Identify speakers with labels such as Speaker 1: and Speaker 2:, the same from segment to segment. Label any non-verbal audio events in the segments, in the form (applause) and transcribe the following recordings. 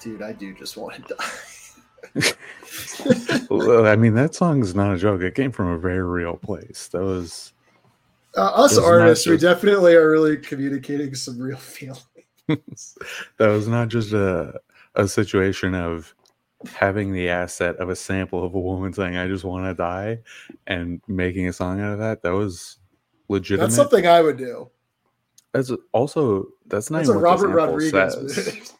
Speaker 1: dude, I do just want to die.
Speaker 2: well, I mean, that song's not a joke. It came from a very real place. That was
Speaker 1: uh, us
Speaker 2: Those
Speaker 1: artists, we
Speaker 2: matches.
Speaker 1: definitely are really communicating some real feeling.
Speaker 2: that was not just a a situation of having the asset of a sample of a woman saying "I just want to die" and making a song out of that. That was legitimate.
Speaker 1: That's something I would do.
Speaker 2: That's also that's not
Speaker 1: That's a
Speaker 2: even what the
Speaker 1: Robert
Speaker 2: sample
Speaker 1: Rodriguez.
Speaker 2: says.
Speaker 1: move.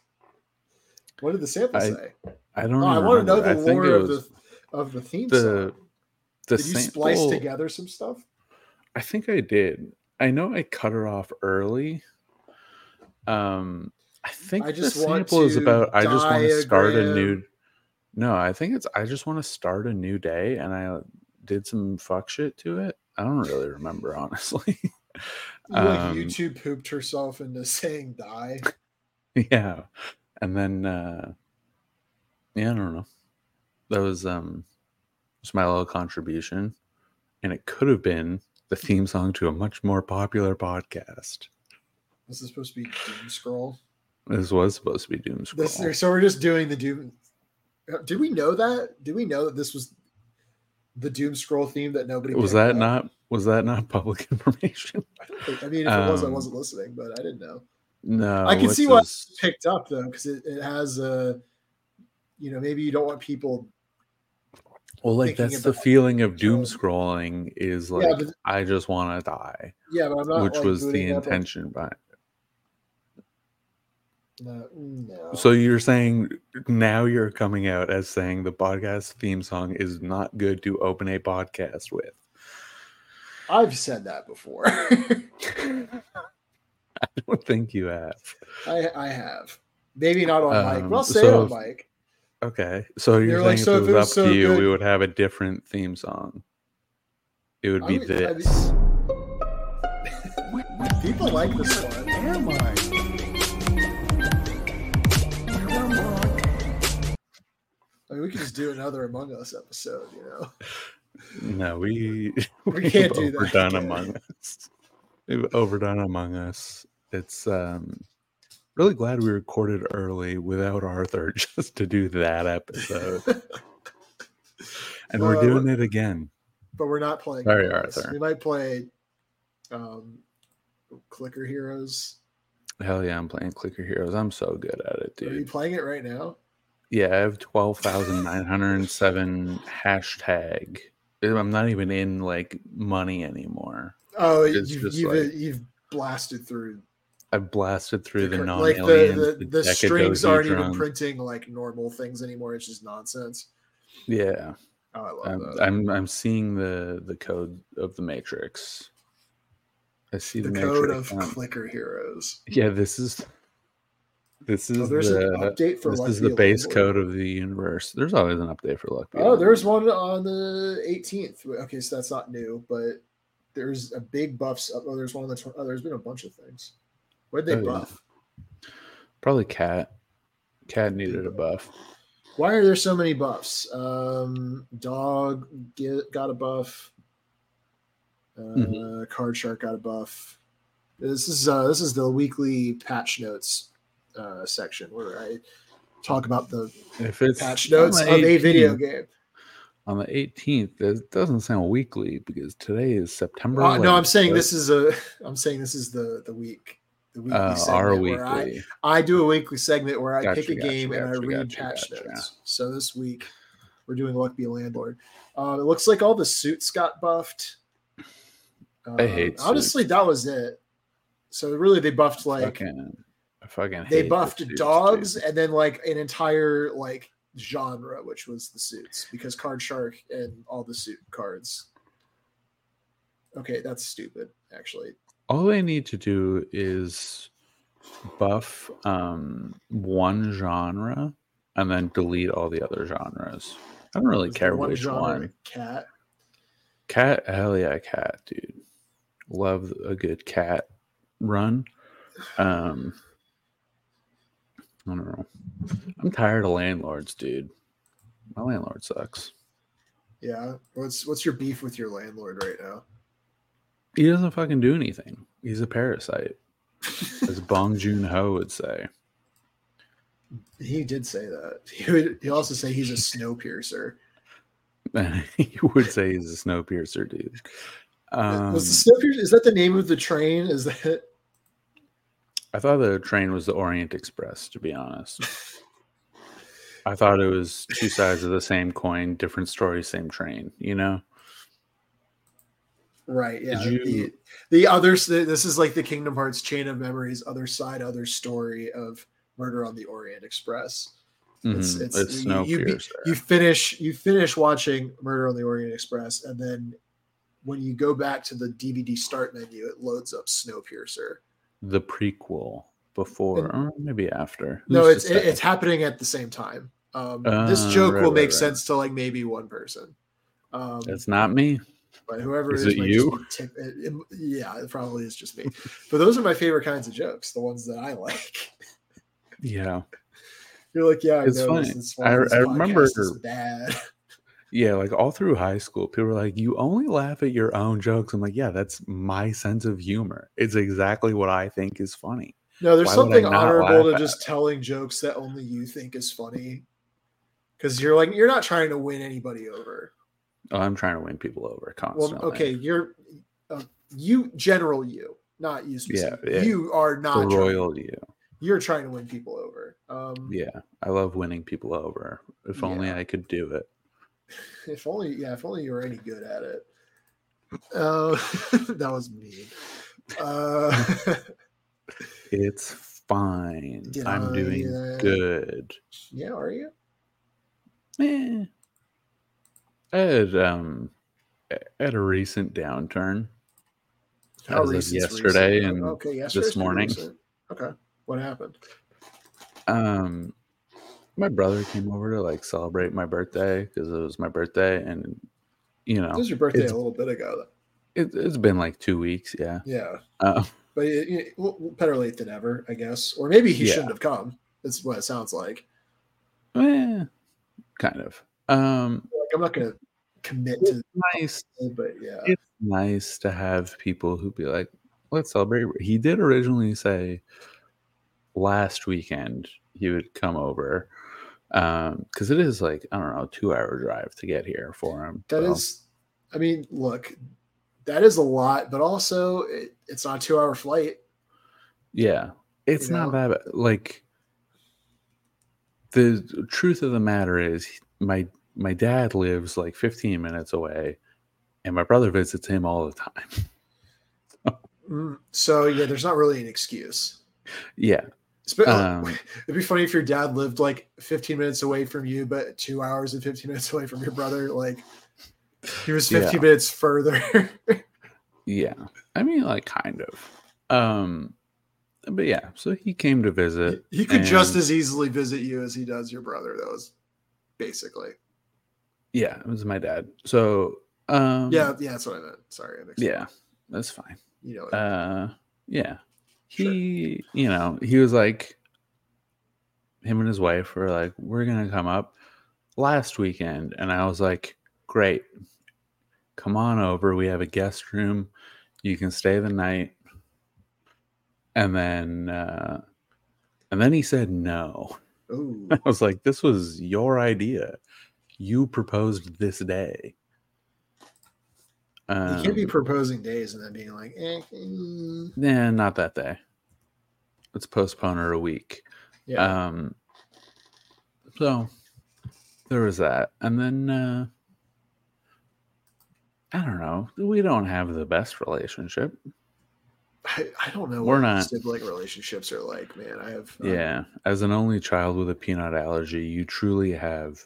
Speaker 1: (laughs) what did the sample
Speaker 2: I-
Speaker 1: say?
Speaker 2: I don't.
Speaker 1: Oh, I
Speaker 2: even
Speaker 1: want to know
Speaker 2: remember.
Speaker 1: the
Speaker 2: I think
Speaker 1: lore
Speaker 2: it
Speaker 1: of
Speaker 2: was
Speaker 1: the of the theme
Speaker 2: the
Speaker 1: song.
Speaker 2: the
Speaker 1: Did you splice
Speaker 2: sample-
Speaker 1: together some stuff?
Speaker 2: I think I did. I know I cut her off early. Um, I think
Speaker 1: I just
Speaker 2: the
Speaker 1: want
Speaker 2: sample is
Speaker 1: to
Speaker 2: about I just want to start a new.
Speaker 1: diagram.
Speaker 2: No, I think it's I just want to start a new day, and I did some fuck shit to it. I don't really remember honestly. (laughs)
Speaker 1: You, like
Speaker 2: Um,
Speaker 1: YouTube pooped herself into (laughs) saying die.
Speaker 2: yeah, and then uh, yeah, I don't know. That was um, just my little contribution, and it could have been the theme song to a much more popular podcast.
Speaker 1: This is supposed to be doom scroll.
Speaker 2: This was supposed to be Doom Scroll.
Speaker 1: This, so we're just doing the doom. Did we know that? Did we know that this was the doom scroll theme that nobody
Speaker 2: was
Speaker 1: picked
Speaker 2: that
Speaker 1: up?
Speaker 2: not was that not (laughs) public information?
Speaker 1: I mean, if it was, I
Speaker 2: Um,
Speaker 1: wasn't listening, but I didn't know.
Speaker 2: No,
Speaker 1: I can
Speaker 2: what's
Speaker 1: see why
Speaker 2: his-
Speaker 1: it's picked up though, because it, it has a, you know, maybe you don't want people.
Speaker 2: Well, like
Speaker 1: thinking
Speaker 2: that's the
Speaker 1: about
Speaker 2: feeling of doom
Speaker 1: so-
Speaker 2: scrolling is
Speaker 1: Yeah,
Speaker 2: like
Speaker 1: but-
Speaker 2: I just want to die,
Speaker 1: Yeah, but I'm not.
Speaker 2: which
Speaker 1: like,
Speaker 2: was the
Speaker 1: booting up, like,
Speaker 2: intention. But
Speaker 1: No, no.
Speaker 2: so you're saying now you're coming out as saying the podcast theme song is not good to open a podcast with. (laughs)
Speaker 1: I've said that before. (laughs)
Speaker 2: I don't think you have.
Speaker 1: I, I have. Maybe not on mic.
Speaker 2: Um,
Speaker 1: Well, say
Speaker 2: so
Speaker 1: it on mic.
Speaker 2: Okay, so you're
Speaker 1: They're like,
Speaker 2: saying if
Speaker 1: "So
Speaker 2: it
Speaker 1: if
Speaker 2: was
Speaker 1: it
Speaker 2: up
Speaker 1: was so
Speaker 2: to you, we
Speaker 1: good-"
Speaker 2: would have a different theme song. It would
Speaker 1: I
Speaker 2: be
Speaker 1: would- I mean-
Speaker 2: this.
Speaker 1: People like this one.
Speaker 3: am I?
Speaker 1: I mean, we could just do another Among Us episode. You know,
Speaker 2: No, we
Speaker 1: We
Speaker 2: we've
Speaker 1: can't do that. (laughs)
Speaker 2: overdone Among Us. We've overdone Among Us. It's um really glad we recorded early without Arthur (laughs) just to do that episode. And we're
Speaker 1: Well,
Speaker 2: doing it again.
Speaker 1: but we're not playing.
Speaker 2: Sorry,
Speaker 1: Among Us.
Speaker 2: Arthur.
Speaker 1: We might play, um, Clicker Heroes.
Speaker 2: Hell yeah, I'm playing Clicker Heroes. I'm so good at it,
Speaker 1: Are you
Speaker 2: dude.
Speaker 1: playing it right now?
Speaker 2: Yeah, I have twelve thousand nine hundred and seven hashtag. I'm not even in like money anymore.
Speaker 1: Oh,
Speaker 2: It's
Speaker 1: you've
Speaker 2: just
Speaker 1: you've,
Speaker 2: like-
Speaker 1: you've blasted through
Speaker 2: I blasted through the
Speaker 1: cur-
Speaker 2: non
Speaker 1: like the the, the strings aren't even
Speaker 2: printed.
Speaker 1: printing like normal things anymore. It's just nonsense.
Speaker 2: Yeah.
Speaker 1: Oh, I love
Speaker 2: I'm,
Speaker 1: that.
Speaker 2: I'm I'm seeing the the code of the matrix. I see the,
Speaker 1: the
Speaker 2: matrix.
Speaker 1: code of
Speaker 2: on-
Speaker 1: (laughs) Clicker Heroes.
Speaker 2: yeah, this is this is
Speaker 1: Oh, there's an
Speaker 2: the
Speaker 1: update for
Speaker 2: this
Speaker 1: Lucky
Speaker 2: is the base
Speaker 1: Aloy.
Speaker 2: code of the universe. There's always an update for luck. Be
Speaker 1: Oh,
Speaker 2: Aloy.
Speaker 1: there's one on the 18th. Okay, so that's not new, but there's a big buffs. Oh, there's one on the. Tw- oh, there's been a bunch of things. Where'd they
Speaker 2: Oh, yeah.
Speaker 1: buff?
Speaker 2: probably cat. Cat needed a buff.
Speaker 1: Why are there so many buffs? Um, dog get, got a buff. Uh,
Speaker 2: Mm-hmm.
Speaker 1: Card shark got a buff. This is uh, this is the weekly patch notes uh, section where I talk about the
Speaker 2: If it's
Speaker 1: patch
Speaker 2: on
Speaker 1: notes
Speaker 2: the
Speaker 1: of a video
Speaker 2: 18th
Speaker 1: game.
Speaker 2: on the 18th, it doesn't sound weekly because today is September.
Speaker 1: Uh, no, I'm
Speaker 2: 11th,
Speaker 1: saying
Speaker 2: so-
Speaker 1: this is a (laughs) I'm saying this is the the week the weekly
Speaker 2: uh,
Speaker 1: segment
Speaker 2: our
Speaker 1: where I,
Speaker 2: weekly.
Speaker 1: I do a weekly segment where I
Speaker 2: Gotcha,
Speaker 1: pick a
Speaker 2: gotcha,
Speaker 1: game and I
Speaker 2: gotcha,
Speaker 1: read
Speaker 2: gotcha,
Speaker 1: patch
Speaker 2: gotcha.
Speaker 1: notes. So this week we're doing Luck Be a Landlord. Uh, it looks like all the suits got buffed. Um,
Speaker 2: I hate
Speaker 1: honestly that was it. So really they buffed like
Speaker 2: fucking, I fucking hate
Speaker 1: they
Speaker 2: the
Speaker 1: buffed
Speaker 2: suits, dude.
Speaker 1: dogs and then like an entire like genre which was the suits because card shark and all the suit cards okay that's stupid actually
Speaker 2: all they need to do is buff um one genre and then delete all the other genres i don't really
Speaker 1: Is the
Speaker 2: care
Speaker 1: one
Speaker 2: which
Speaker 1: genre
Speaker 2: one
Speaker 1: cat
Speaker 2: cat hell yeah cat dude love a good cat run um i don't know i'm tired of landlords dude my landlord sucks
Speaker 1: yeah what's what's your beef with your landlord right now
Speaker 2: he doesn't fucking do anything he's a parasite as bong joon-ho would say
Speaker 1: He did say that. (laughs) He would. He also say he's a snow piercer.
Speaker 2: (laughs) you would say he's a snow piercer, dude. Um,
Speaker 1: Was the snow piercer? Is that the name of the train? Is that?
Speaker 2: I thought the train was the Orient Express, to
Speaker 1: (laughs)
Speaker 2: be honest. I thought it was two sides of the same coin, different story, same train, you know?
Speaker 1: Right. Yeah.
Speaker 2: Did
Speaker 1: The,
Speaker 2: you-
Speaker 1: the other. s- This is like the Kingdom Hearts Chain of Memories, other side, other story of Murder on the Orient Express. It's-
Speaker 2: Mhm,
Speaker 1: it's- you-
Speaker 2: snow
Speaker 1: you be-
Speaker 2: piercer.
Speaker 1: You finish. You finish watching Murder on the Orient Express, and then when you go back to the DVD start menu, it loads up Snowpiercer.
Speaker 2: the prequel before or maybe after.
Speaker 1: No,
Speaker 2: Who's
Speaker 1: it's
Speaker 2: to
Speaker 1: it,
Speaker 2: say?
Speaker 1: it's happening at the same time. Um, this
Speaker 2: Ah,
Speaker 1: joke
Speaker 2: right,
Speaker 1: will
Speaker 2: right,
Speaker 1: make
Speaker 2: right.
Speaker 1: sense to like maybe one person. Um,
Speaker 2: it's not me.
Speaker 1: but whoever
Speaker 2: is
Speaker 1: it is,
Speaker 2: it
Speaker 1: might just
Speaker 2: you?
Speaker 1: be tip- it- it- yeah, it probably is just me. but those are my favorite kinds of jokes, the ones that I like. (laughs)
Speaker 2: Yeah.
Speaker 1: You're like, yeah, I
Speaker 2: It's
Speaker 1: know
Speaker 2: funny.
Speaker 1: This, is why
Speaker 2: I-
Speaker 1: this
Speaker 2: I remember-
Speaker 1: podcast is bad. (laughs)
Speaker 2: Yeah, like all through high school, people were like, "You only laugh at your own jokes." I'm like, "Yeah, that's my sense of humor. It's exactly what I think is funny."
Speaker 1: No, there's
Speaker 2: Why would I
Speaker 1: something
Speaker 2: not
Speaker 1: honorable
Speaker 2: laugh
Speaker 1: to
Speaker 2: at
Speaker 1: just telling jokes that only you think is funny. Because you're like, you're not trying to win anybody over.
Speaker 2: Oh, I'm trying to win people over
Speaker 1: Well,
Speaker 2: constantly.
Speaker 1: okay, you're uh, you general you, not you specifically.
Speaker 2: yeah.
Speaker 1: You are
Speaker 2: the
Speaker 1: not trying,
Speaker 2: royal you.
Speaker 1: you're trying to win people over. Um,
Speaker 2: Yeah, I love winning people over. If only
Speaker 1: Yeah.
Speaker 2: I could do it.
Speaker 1: If only, yeah, if only you were any good at it. Uh, (laughs) that was mean. Uh, (laughs)
Speaker 2: It's fine.
Speaker 1: Did
Speaker 2: I'm
Speaker 1: I,
Speaker 2: doing
Speaker 1: uh,
Speaker 2: good.
Speaker 1: yeah, are you?
Speaker 2: Eh. At um, a- at a recent downturn, As of
Speaker 1: recent's recent?
Speaker 2: yesterday and
Speaker 1: Oh, okay, yesterday's pretty
Speaker 2: morning.
Speaker 1: recent. Okay, what happened?
Speaker 2: um my brother came over to like celebrate my birthday because it was my birthday and you know
Speaker 1: This was your birthday
Speaker 2: it's-
Speaker 1: a little bit ago. Though.
Speaker 2: it, it's been like two weeks yeah
Speaker 1: Yeah,
Speaker 2: uh,
Speaker 1: but it, it- well, better late than ever, I guess. Or maybe he
Speaker 2: Yeah.
Speaker 1: shouldn't have come. That's what it sounds like.
Speaker 2: eh, kind of um
Speaker 1: Like I'm not going to commit to,
Speaker 2: nice
Speaker 1: it, but yeah.
Speaker 2: it's nice to have people who be like let's celebrate he did originally say last weekend he would come over um because it is like i don't know two hour drive to get here for him
Speaker 1: That
Speaker 2: so-
Speaker 1: is, I mean, look, that is a lot, but also it, it's not a two hour flight.
Speaker 2: Yeah, it's not that bad. Like the truth of the matter is, my my dad lives like 15 minutes away, and my brother visits him all the time. (laughs)
Speaker 1: Mm, So, yeah, there's not really an excuse.
Speaker 2: Yeah,
Speaker 1: It's been-
Speaker 2: Um,
Speaker 1: it'd be funny if your dad lived like 15 minutes away from you, but two hours and 15 minutes away from your brother. Like, he was 50
Speaker 2: Yeah.
Speaker 1: minutes further. (laughs)
Speaker 2: yeah. I mean, like kind of. Um, but yeah. So he came to visit.
Speaker 1: he could just
Speaker 2: and-
Speaker 1: as easily visit you as he does your brother, though, is basically.
Speaker 2: Yeah, it was my dad. So um,
Speaker 1: Yeah, yeah, that's what I meant. Sorry, I mixed up.
Speaker 2: yeah, that's fine.
Speaker 1: You know,
Speaker 2: uh yeah
Speaker 1: Sure.
Speaker 2: he you know he was like him and his wife were like we're gonna come up last weekend and i was like great come on over we have a guest room you can stay the night and then uh and then he said no (laughs)
Speaker 1: ooh,
Speaker 2: i was like this was your idea you proposed this day
Speaker 1: you can't be
Speaker 2: Um,
Speaker 1: proposing days and then being like, eh, mm.
Speaker 2: Nah, Eh, not that day. Let's postpone her a week.
Speaker 1: yeah.
Speaker 2: Um so there was that. And then uh I don't know. We don't have the best relationship.
Speaker 1: I, I don't know
Speaker 2: We're
Speaker 1: what
Speaker 2: not-
Speaker 1: sibling relationships are like, man. I have I-
Speaker 2: yeah. As an only child with a peanut allergy, you truly have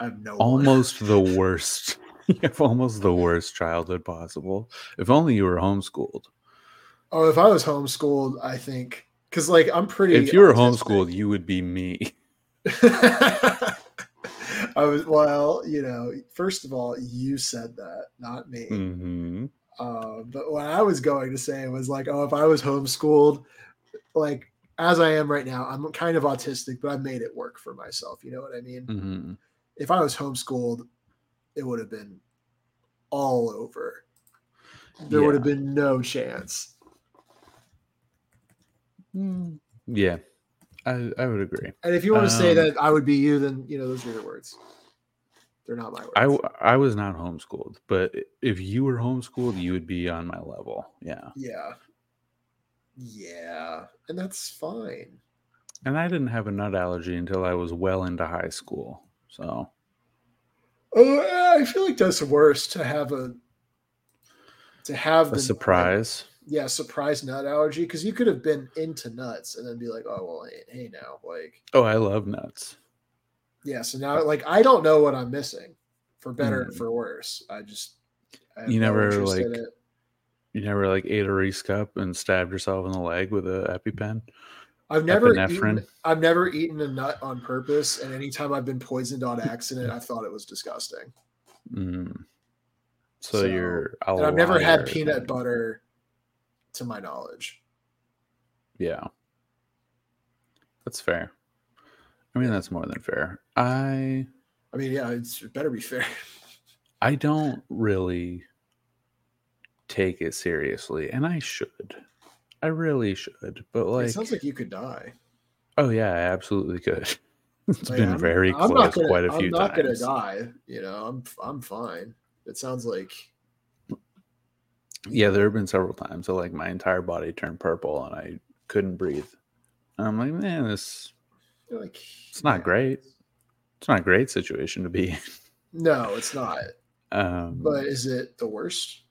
Speaker 1: I have no one.
Speaker 2: almost the worst. You have almost the worst childhood possible. If only you were homeschooled.
Speaker 1: Oh, if I was homeschooled, I think because like I'm pretty.
Speaker 2: If you were
Speaker 1: autistic.
Speaker 2: homeschooled, you would be me.
Speaker 1: (laughs) I was well, you know. First of all, you said that, not me.
Speaker 2: hmm
Speaker 1: Uh, but what I was going to say was like, oh, if I was homeschooled, like as I am right now, I'm kind of autistic, but I made it work for myself. You know what I mean?
Speaker 2: hmm
Speaker 1: If I was homeschooled, it would have been all over. There would have been no chance.
Speaker 2: Mm, Yeah. I, I would agree.
Speaker 1: And if you want to say
Speaker 2: Um,
Speaker 1: that I would be you, then you know those are your words. They're not my words.
Speaker 2: I w- I was not homeschooled, but if you were homeschooled, you would be on my level. Yeah,
Speaker 1: yeah, yeah, and that's fine.
Speaker 2: and I didn't have a nut allergy until I was well into high school. So
Speaker 1: Oh, I feel like that's worse to have a to have
Speaker 2: a surprise.
Speaker 1: yeah, surprise nut allergy because you could have been into nuts and then be like, oh well, hey, hey now, like
Speaker 2: Oh, I love nuts.
Speaker 1: yeah. So now, like I don't know what I'm missing, for better and for worse. I just I have
Speaker 2: Hmm. You
Speaker 1: no
Speaker 2: never,
Speaker 1: interest in
Speaker 2: like,
Speaker 1: it.
Speaker 2: You never like ate a Reese cup and stabbed yourself in the leg with a EpiPen.
Speaker 1: I've never
Speaker 2: epinephrine.
Speaker 1: eaten, I've never eaten a nut on purpose, and anytime I've been poisoned on accident, I thought it was disgusting.
Speaker 2: Mm. So,
Speaker 1: So-
Speaker 2: you're. a
Speaker 1: And I've never
Speaker 2: liar
Speaker 1: had peanut
Speaker 2: then.
Speaker 1: butter, to my knowledge.
Speaker 2: Yeah. That's fair. I mean, that's more than fair. I
Speaker 1: I mean, yeah, it's, it better be fair. (laughs)
Speaker 2: I don't really take it seriously, and I should. I really should, but
Speaker 1: it
Speaker 2: like,
Speaker 1: sounds like you could die.
Speaker 2: oh yeah, I absolutely could. (laughs) It's
Speaker 1: Like,
Speaker 2: been
Speaker 1: I'm-
Speaker 2: very
Speaker 1: I'm
Speaker 2: close
Speaker 1: not gonna,
Speaker 2: quite a few
Speaker 1: I'm not
Speaker 2: times.
Speaker 1: gonna die. You know, I'm I'm fine. It sounds like
Speaker 2: Yeah, there have been several times that like my entire body turned purple and I couldn't breathe. And I'm like, man, this
Speaker 1: you're like
Speaker 2: it's not
Speaker 1: yeah.
Speaker 2: great. It's not a great situation to be. in."
Speaker 1: No, it's not.
Speaker 2: Um,
Speaker 1: But is it the worst?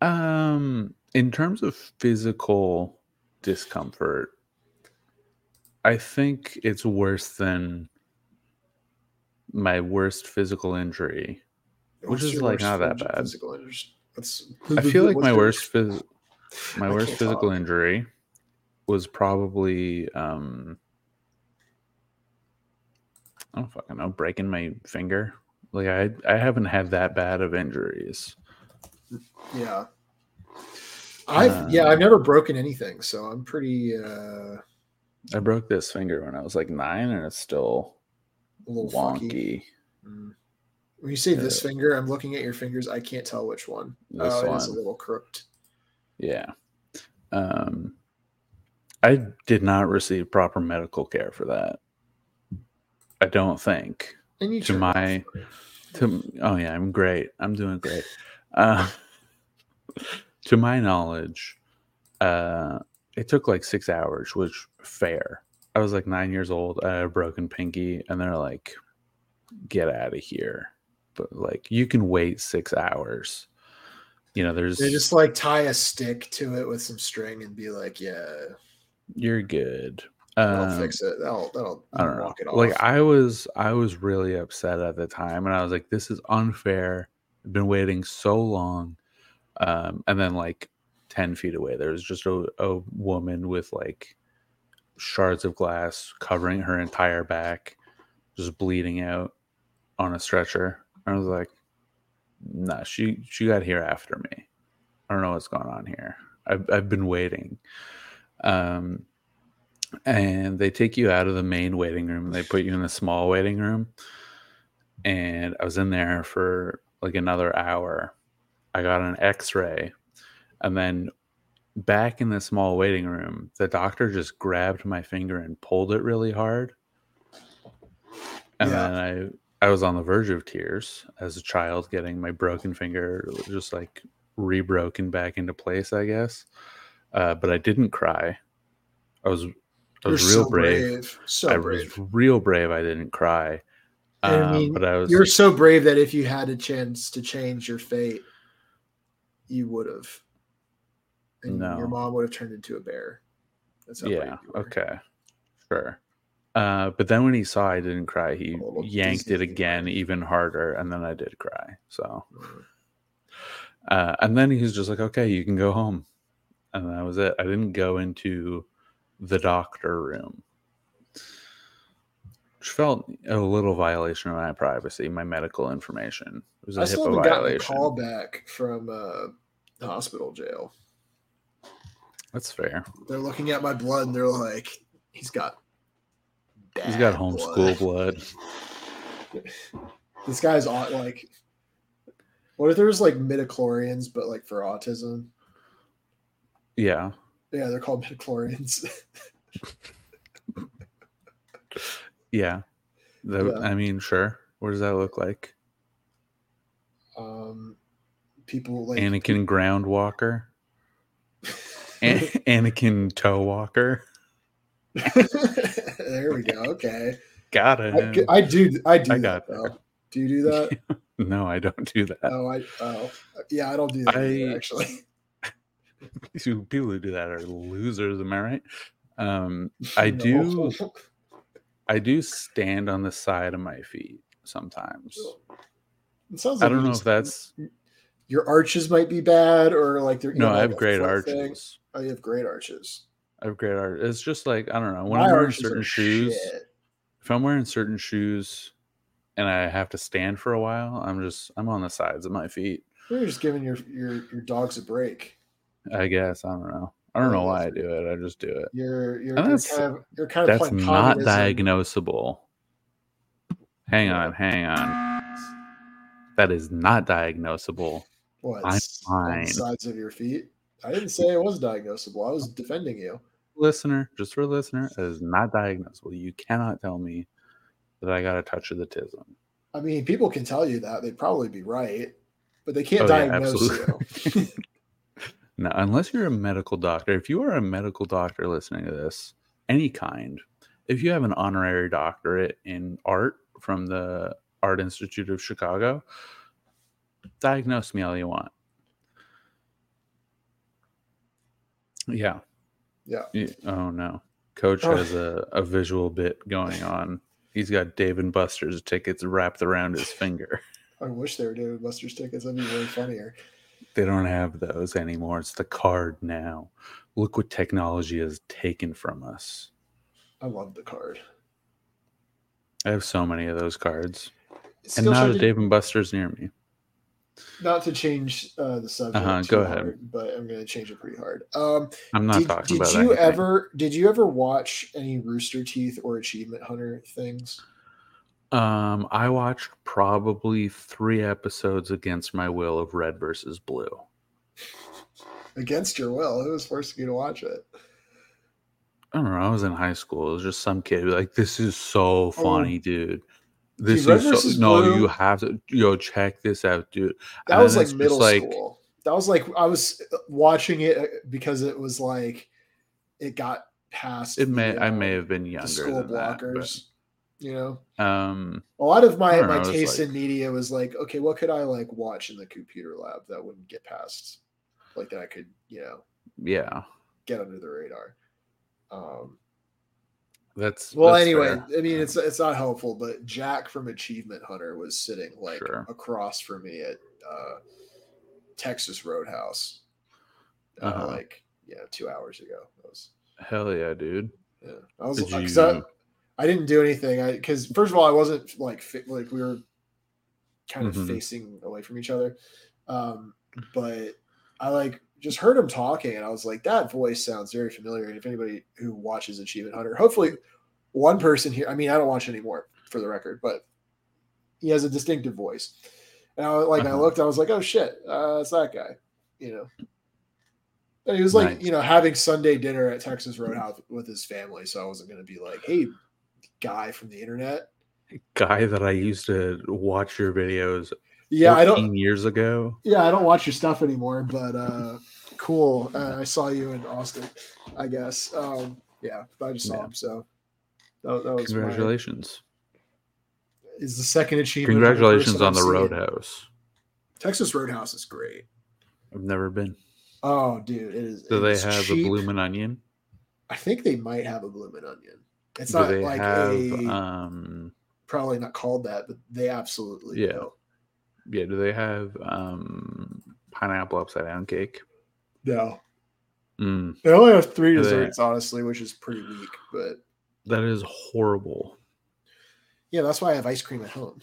Speaker 2: Um, in terms of physical discomfort, I think it's worse than my worst physical injury. Which
Speaker 1: What's
Speaker 2: is,
Speaker 1: your
Speaker 2: like,
Speaker 1: worst
Speaker 2: not that
Speaker 1: physical-
Speaker 2: bad.
Speaker 1: Physical injury? That's,
Speaker 2: I feel like
Speaker 1: what's
Speaker 2: my
Speaker 1: your-
Speaker 2: worst phys- my
Speaker 1: I
Speaker 2: worst
Speaker 1: can't
Speaker 2: physical
Speaker 1: talk.
Speaker 2: injury was probably um I don't fucking know, breaking my finger. Like I I haven't had that bad of injuries.
Speaker 1: Yeah. I've yeah,
Speaker 2: Uh,
Speaker 1: I've never broken anything, so I'm pretty uh a
Speaker 2: I broke this finger when I was like 9 and it's still
Speaker 1: little funky.
Speaker 2: wonky. Uh,
Speaker 1: Mm. When you say this finger, I'm looking at your fingers. I can't tell which one.
Speaker 2: This
Speaker 1: Oh,
Speaker 2: one.
Speaker 1: it is a little crooked.
Speaker 2: Yeah. Um, I did not receive proper medical care for that. I don't think.
Speaker 1: And you
Speaker 2: To
Speaker 1: turned
Speaker 2: my-
Speaker 1: off.
Speaker 2: To, oh, yeah, I'm great. I'm doing great. Uh, (laughs) to my knowledge, uh, it took like six hours, which fair. I was like nine years old. I had a broken pinky, and they're like, "Get out of here!" But like, you can wait six hours. You know, there's
Speaker 1: they just like tie a stick to it with some string and be like, "Yeah,
Speaker 2: you're good.
Speaker 1: that'll
Speaker 2: Um,
Speaker 1: fix it. That'll that'll
Speaker 2: I don't know.
Speaker 1: walk it off."
Speaker 2: Like I was I was really upset at the time and I was like this is unfair. I've been waiting so long. Um and then like 10 feet away there was just a, a woman with like shards of glass covering her entire back just bleeding out on a stretcher. I was like nah, she she got here after me. I don't know what's going on here. I've I've been waiting. Um and they take you out of the main waiting room. They put you in the small waiting room. And I was in there for like another hour. I got an x ray. And then back in the small waiting room, the doctor just grabbed my finger and pulled it really hard. And
Speaker 1: Yeah.
Speaker 2: then I, I was on the verge of tears as a child, getting my broken finger just like rebroken back into place, I guess. Uh, but I didn't cry. I was I
Speaker 1: You're
Speaker 2: was real
Speaker 1: so
Speaker 2: brave.
Speaker 1: so
Speaker 2: I
Speaker 1: brave.
Speaker 2: was real brave. I didn't cry.
Speaker 1: I
Speaker 2: Um,
Speaker 1: mean,
Speaker 2: but I was
Speaker 1: You're so brave that if you had a chance to change your fate, you would have. And
Speaker 2: No.
Speaker 1: your mom would have turned into a bear. That's how brave
Speaker 2: yeah
Speaker 1: you were.
Speaker 2: okay sure. Uh, but then when he saw I didn't cry, he
Speaker 1: Oh, well,
Speaker 2: yanked it
Speaker 1: Disney.
Speaker 2: again even harder, and then I did cry. So,
Speaker 1: Mm.
Speaker 2: uh, and then he was just like, "Okay, you can go home," and that was it. I didn't go into the doctor room, which felt a little violation of my privacy, my medical information. It was a
Speaker 1: I
Speaker 2: HIPAA
Speaker 1: still haven't gotten a
Speaker 2: violation.
Speaker 1: call back from uh, the hospital jail.
Speaker 2: That's fair.
Speaker 1: They're looking at my blood and they're like, "He's got."
Speaker 2: He's
Speaker 1: bad
Speaker 2: got homeschool
Speaker 1: blood."
Speaker 2: blood.
Speaker 1: This guy's au- like, what if there's like midichlorians, but like for autism?
Speaker 2: Yeah.
Speaker 1: Yeah, they're called midichlorians. (laughs)
Speaker 2: Yeah. The,
Speaker 1: Yeah.
Speaker 2: I mean, sure. What does that look like?
Speaker 1: Um, people like
Speaker 2: Anakin
Speaker 1: (laughs)
Speaker 2: ground walker. An- Anakin toe walker.
Speaker 1: (laughs) there we go. Okay,
Speaker 2: Got
Speaker 1: I,
Speaker 2: it.
Speaker 1: I do. I do.
Speaker 2: I
Speaker 1: that,
Speaker 2: got there.
Speaker 1: though. Do you do
Speaker 2: (laughs)
Speaker 1: that?
Speaker 2: no, I don't do that.
Speaker 1: oh, I. Oh, yeah. I don't do that either,
Speaker 2: I-
Speaker 1: actually.
Speaker 2: People who do that are losers. Am I right? Um, I do.
Speaker 1: (laughs) No.
Speaker 2: I do stand on the side of my feet sometimes.
Speaker 1: It sounds
Speaker 2: I
Speaker 1: like
Speaker 2: don't
Speaker 1: you
Speaker 2: know if
Speaker 1: just-
Speaker 2: that's
Speaker 1: your arches might be bad or like they're you
Speaker 2: no.
Speaker 1: know,
Speaker 2: I have
Speaker 1: like a
Speaker 2: great
Speaker 1: foot
Speaker 2: arches.
Speaker 1: thing. Oh, you have great arches.
Speaker 2: I have great art. It's just like I don't know when
Speaker 1: My
Speaker 2: I'm wearing
Speaker 1: arches are
Speaker 2: certain shoes.
Speaker 1: shit.
Speaker 2: If I'm wearing certain shoes, and I have to stand for a while, I'm just I'm on the sides of my feet.
Speaker 1: You're just giving your your your dogs a break.
Speaker 2: I guess I don't know. I don't know why I do it. I just do it.
Speaker 1: You're you're,
Speaker 2: And
Speaker 1: you're
Speaker 2: that's-
Speaker 1: kind of you're kind of
Speaker 2: That's
Speaker 1: playing
Speaker 2: not
Speaker 1: communism.
Speaker 2: diagnosable. Hang on, hang on. That is not diagnosable.
Speaker 1: What,
Speaker 2: I'm
Speaker 1: s- on the
Speaker 2: fine.
Speaker 1: sides of your feet. I didn't say it was diagnosable. I was defending you.
Speaker 2: Listener, just for listener, it is not diagnosable. You cannot tell me that I got a touch of the tism.
Speaker 1: I mean, people can tell you that they'd probably be right, but they can't
Speaker 2: Oh, yeah,
Speaker 1: diagnose you.
Speaker 2: absolutely. Now, unless you're a medical doctor, if you are a medical doctor listening to this, any kind, if you have an honorary doctorate in art from the Art Institute of Chicago, diagnose me all you want. Yeah.
Speaker 1: Yeah.
Speaker 2: Y- Oh, no. Coach
Speaker 1: Oh.
Speaker 2: has a, a visual bit going on. He's got Dave and Buster's tickets wrapped around his finger.
Speaker 1: (laughs) I wish they were David Buster's tickets. That'd be way funnier.
Speaker 2: They don't have those anymore. It's the card now. Look what technology has taken from us.
Speaker 1: I love the card.
Speaker 2: I have so many of those cards,
Speaker 1: Still
Speaker 2: and not
Speaker 1: trying
Speaker 2: a
Speaker 1: to-
Speaker 2: Dave and Buster's near me.
Speaker 1: not to change uh, the subject.
Speaker 2: Uh-huh,
Speaker 1: too
Speaker 2: go ahead.
Speaker 1: hard, but I'm going to change it pretty hard. Um,
Speaker 2: I'm not
Speaker 1: did
Speaker 2: talking
Speaker 1: did
Speaker 2: about
Speaker 1: you
Speaker 2: anything.
Speaker 1: ever did you ever watch any Rooster Teeth or Achievement Hunter things?
Speaker 2: Um, I watched probably three episodes against my will of Red versus Blue.
Speaker 1: Against your will, it was forcing you to watch it.
Speaker 2: I don't know. I was in high school. It was just some kid like, "This is so funny, dude." This
Speaker 1: Oh. Red
Speaker 2: is
Speaker 1: versus
Speaker 2: so, no,
Speaker 1: Blue-
Speaker 2: you have to yo check this out, dude.
Speaker 1: That
Speaker 2: And
Speaker 1: was like
Speaker 2: then Uh, it's just
Speaker 1: middle
Speaker 2: like-
Speaker 1: school. That was like I was uh, watching it because it was like it got past.
Speaker 2: It may
Speaker 1: the,
Speaker 2: I
Speaker 1: uh,
Speaker 2: may have been
Speaker 1: the
Speaker 2: younger
Speaker 1: school
Speaker 2: than that,
Speaker 1: blockers. you know,
Speaker 2: but, um,
Speaker 1: a lot of my
Speaker 2: I don't
Speaker 1: my
Speaker 2: know, it was
Speaker 1: taste in
Speaker 2: like-
Speaker 1: media was like, okay, what could I like watch in the computer lab that wouldn't get past, like that I could you know
Speaker 2: yeah,
Speaker 1: get under the radar. Um,
Speaker 2: that's
Speaker 1: well,
Speaker 2: that's
Speaker 1: anyway,
Speaker 2: fair.
Speaker 1: I mean, it's it's not helpful, but Jack from Achievement Hunter was sitting like
Speaker 2: Sure.
Speaker 1: across from me at uh, Texas Roadhouse, uh,
Speaker 2: Uh-huh.
Speaker 1: like yeah, two hours ago. That was
Speaker 2: hell yeah, dude.
Speaker 1: yeah, I was
Speaker 2: Did
Speaker 1: 'cause
Speaker 2: you-
Speaker 1: I, I didn't do anything. I because first of all, I wasn't like fit, like we were kind of
Speaker 2: Mhm.
Speaker 1: facing away from each other, um,
Speaker 2: Mm-hmm.
Speaker 1: but I like just heard him talking, and I was like, that voice sounds very familiar. And if anybody who watches Achievement Hunter, hopefully one person here. I mean, I don't watch anymore for the record, but he has a distinctive voice. And I was- like I
Speaker 2: Uh-huh.
Speaker 1: looked, I was like, oh shit, uh, it's that guy, you know. And he was like,
Speaker 2: Nice.
Speaker 1: you know, having Sunday dinner at Texas Roadhouse with his family, so I wasn't gonna be like, hey, guy from the internet.
Speaker 2: guy that I used to watch your videos
Speaker 1: Yeah, I don't.
Speaker 2: 14 years ago.
Speaker 1: Yeah, I don't watch your stuff anymore, but uh, cool. Uh, I saw you in Austin, I guess. Um, yeah, I just saw
Speaker 2: Yeah.
Speaker 1: him. So that, that was my-
Speaker 2: Congratulations.
Speaker 1: is the second achievement. of a
Speaker 2: Congratulations
Speaker 1: person
Speaker 2: on the
Speaker 1: I've seen.
Speaker 2: Roadhouse.
Speaker 1: Texas Roadhouse is great.
Speaker 2: I've never been.
Speaker 1: Oh, dude, it is.
Speaker 2: Do they
Speaker 1: it's
Speaker 2: have
Speaker 1: cheap.
Speaker 2: a bloomin' onion?
Speaker 1: I think they might have a bloomin' onion. It's
Speaker 2: Do
Speaker 1: not
Speaker 2: they
Speaker 1: like
Speaker 2: have
Speaker 1: a
Speaker 2: um
Speaker 1: probably not called that, but they absolutely
Speaker 2: Yeah.
Speaker 1: do.
Speaker 2: yeah, do they have um pineapple upside down cake?
Speaker 1: No,
Speaker 2: Mm,
Speaker 1: they only have three
Speaker 2: They-
Speaker 1: desserts, honestly, which is pretty weak. But
Speaker 2: that is horrible.
Speaker 1: yeah, that's why I have ice cream at home,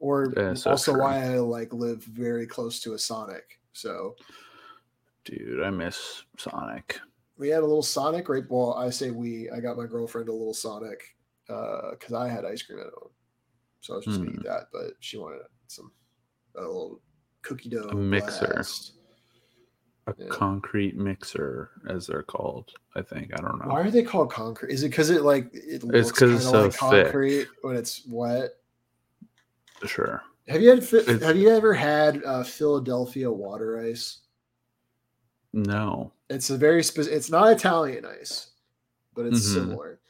Speaker 1: or
Speaker 2: Yeah, so
Speaker 1: also
Speaker 2: true.
Speaker 1: why I like live very close to a Sonic. So
Speaker 2: Dude, I miss Sonic.
Speaker 1: we had a little Sonic. Right? Well, I say we. I got my girlfriend a little Sonic because I had ice cream at home, so I was just
Speaker 2: Hmm.
Speaker 1: gonna eat that, but she wanted some a little cookie dough
Speaker 2: mixer.
Speaker 1: blast.
Speaker 2: a
Speaker 1: Yeah.
Speaker 2: concrete mixer, as they're called. I think I don't know.
Speaker 1: Why are they called concrete? Is it because it like it
Speaker 2: It's 'cause it's
Speaker 1: kinda
Speaker 2: so thick.
Speaker 1: concrete when it's wet?
Speaker 2: Sure.
Speaker 1: Have you had? fi-
Speaker 2: It's-
Speaker 1: Have you ever had uh, Philadelphia water ice?
Speaker 2: No.
Speaker 1: It's a very specific. It's not Italian ice, but it's
Speaker 2: Mhm.
Speaker 1: similar.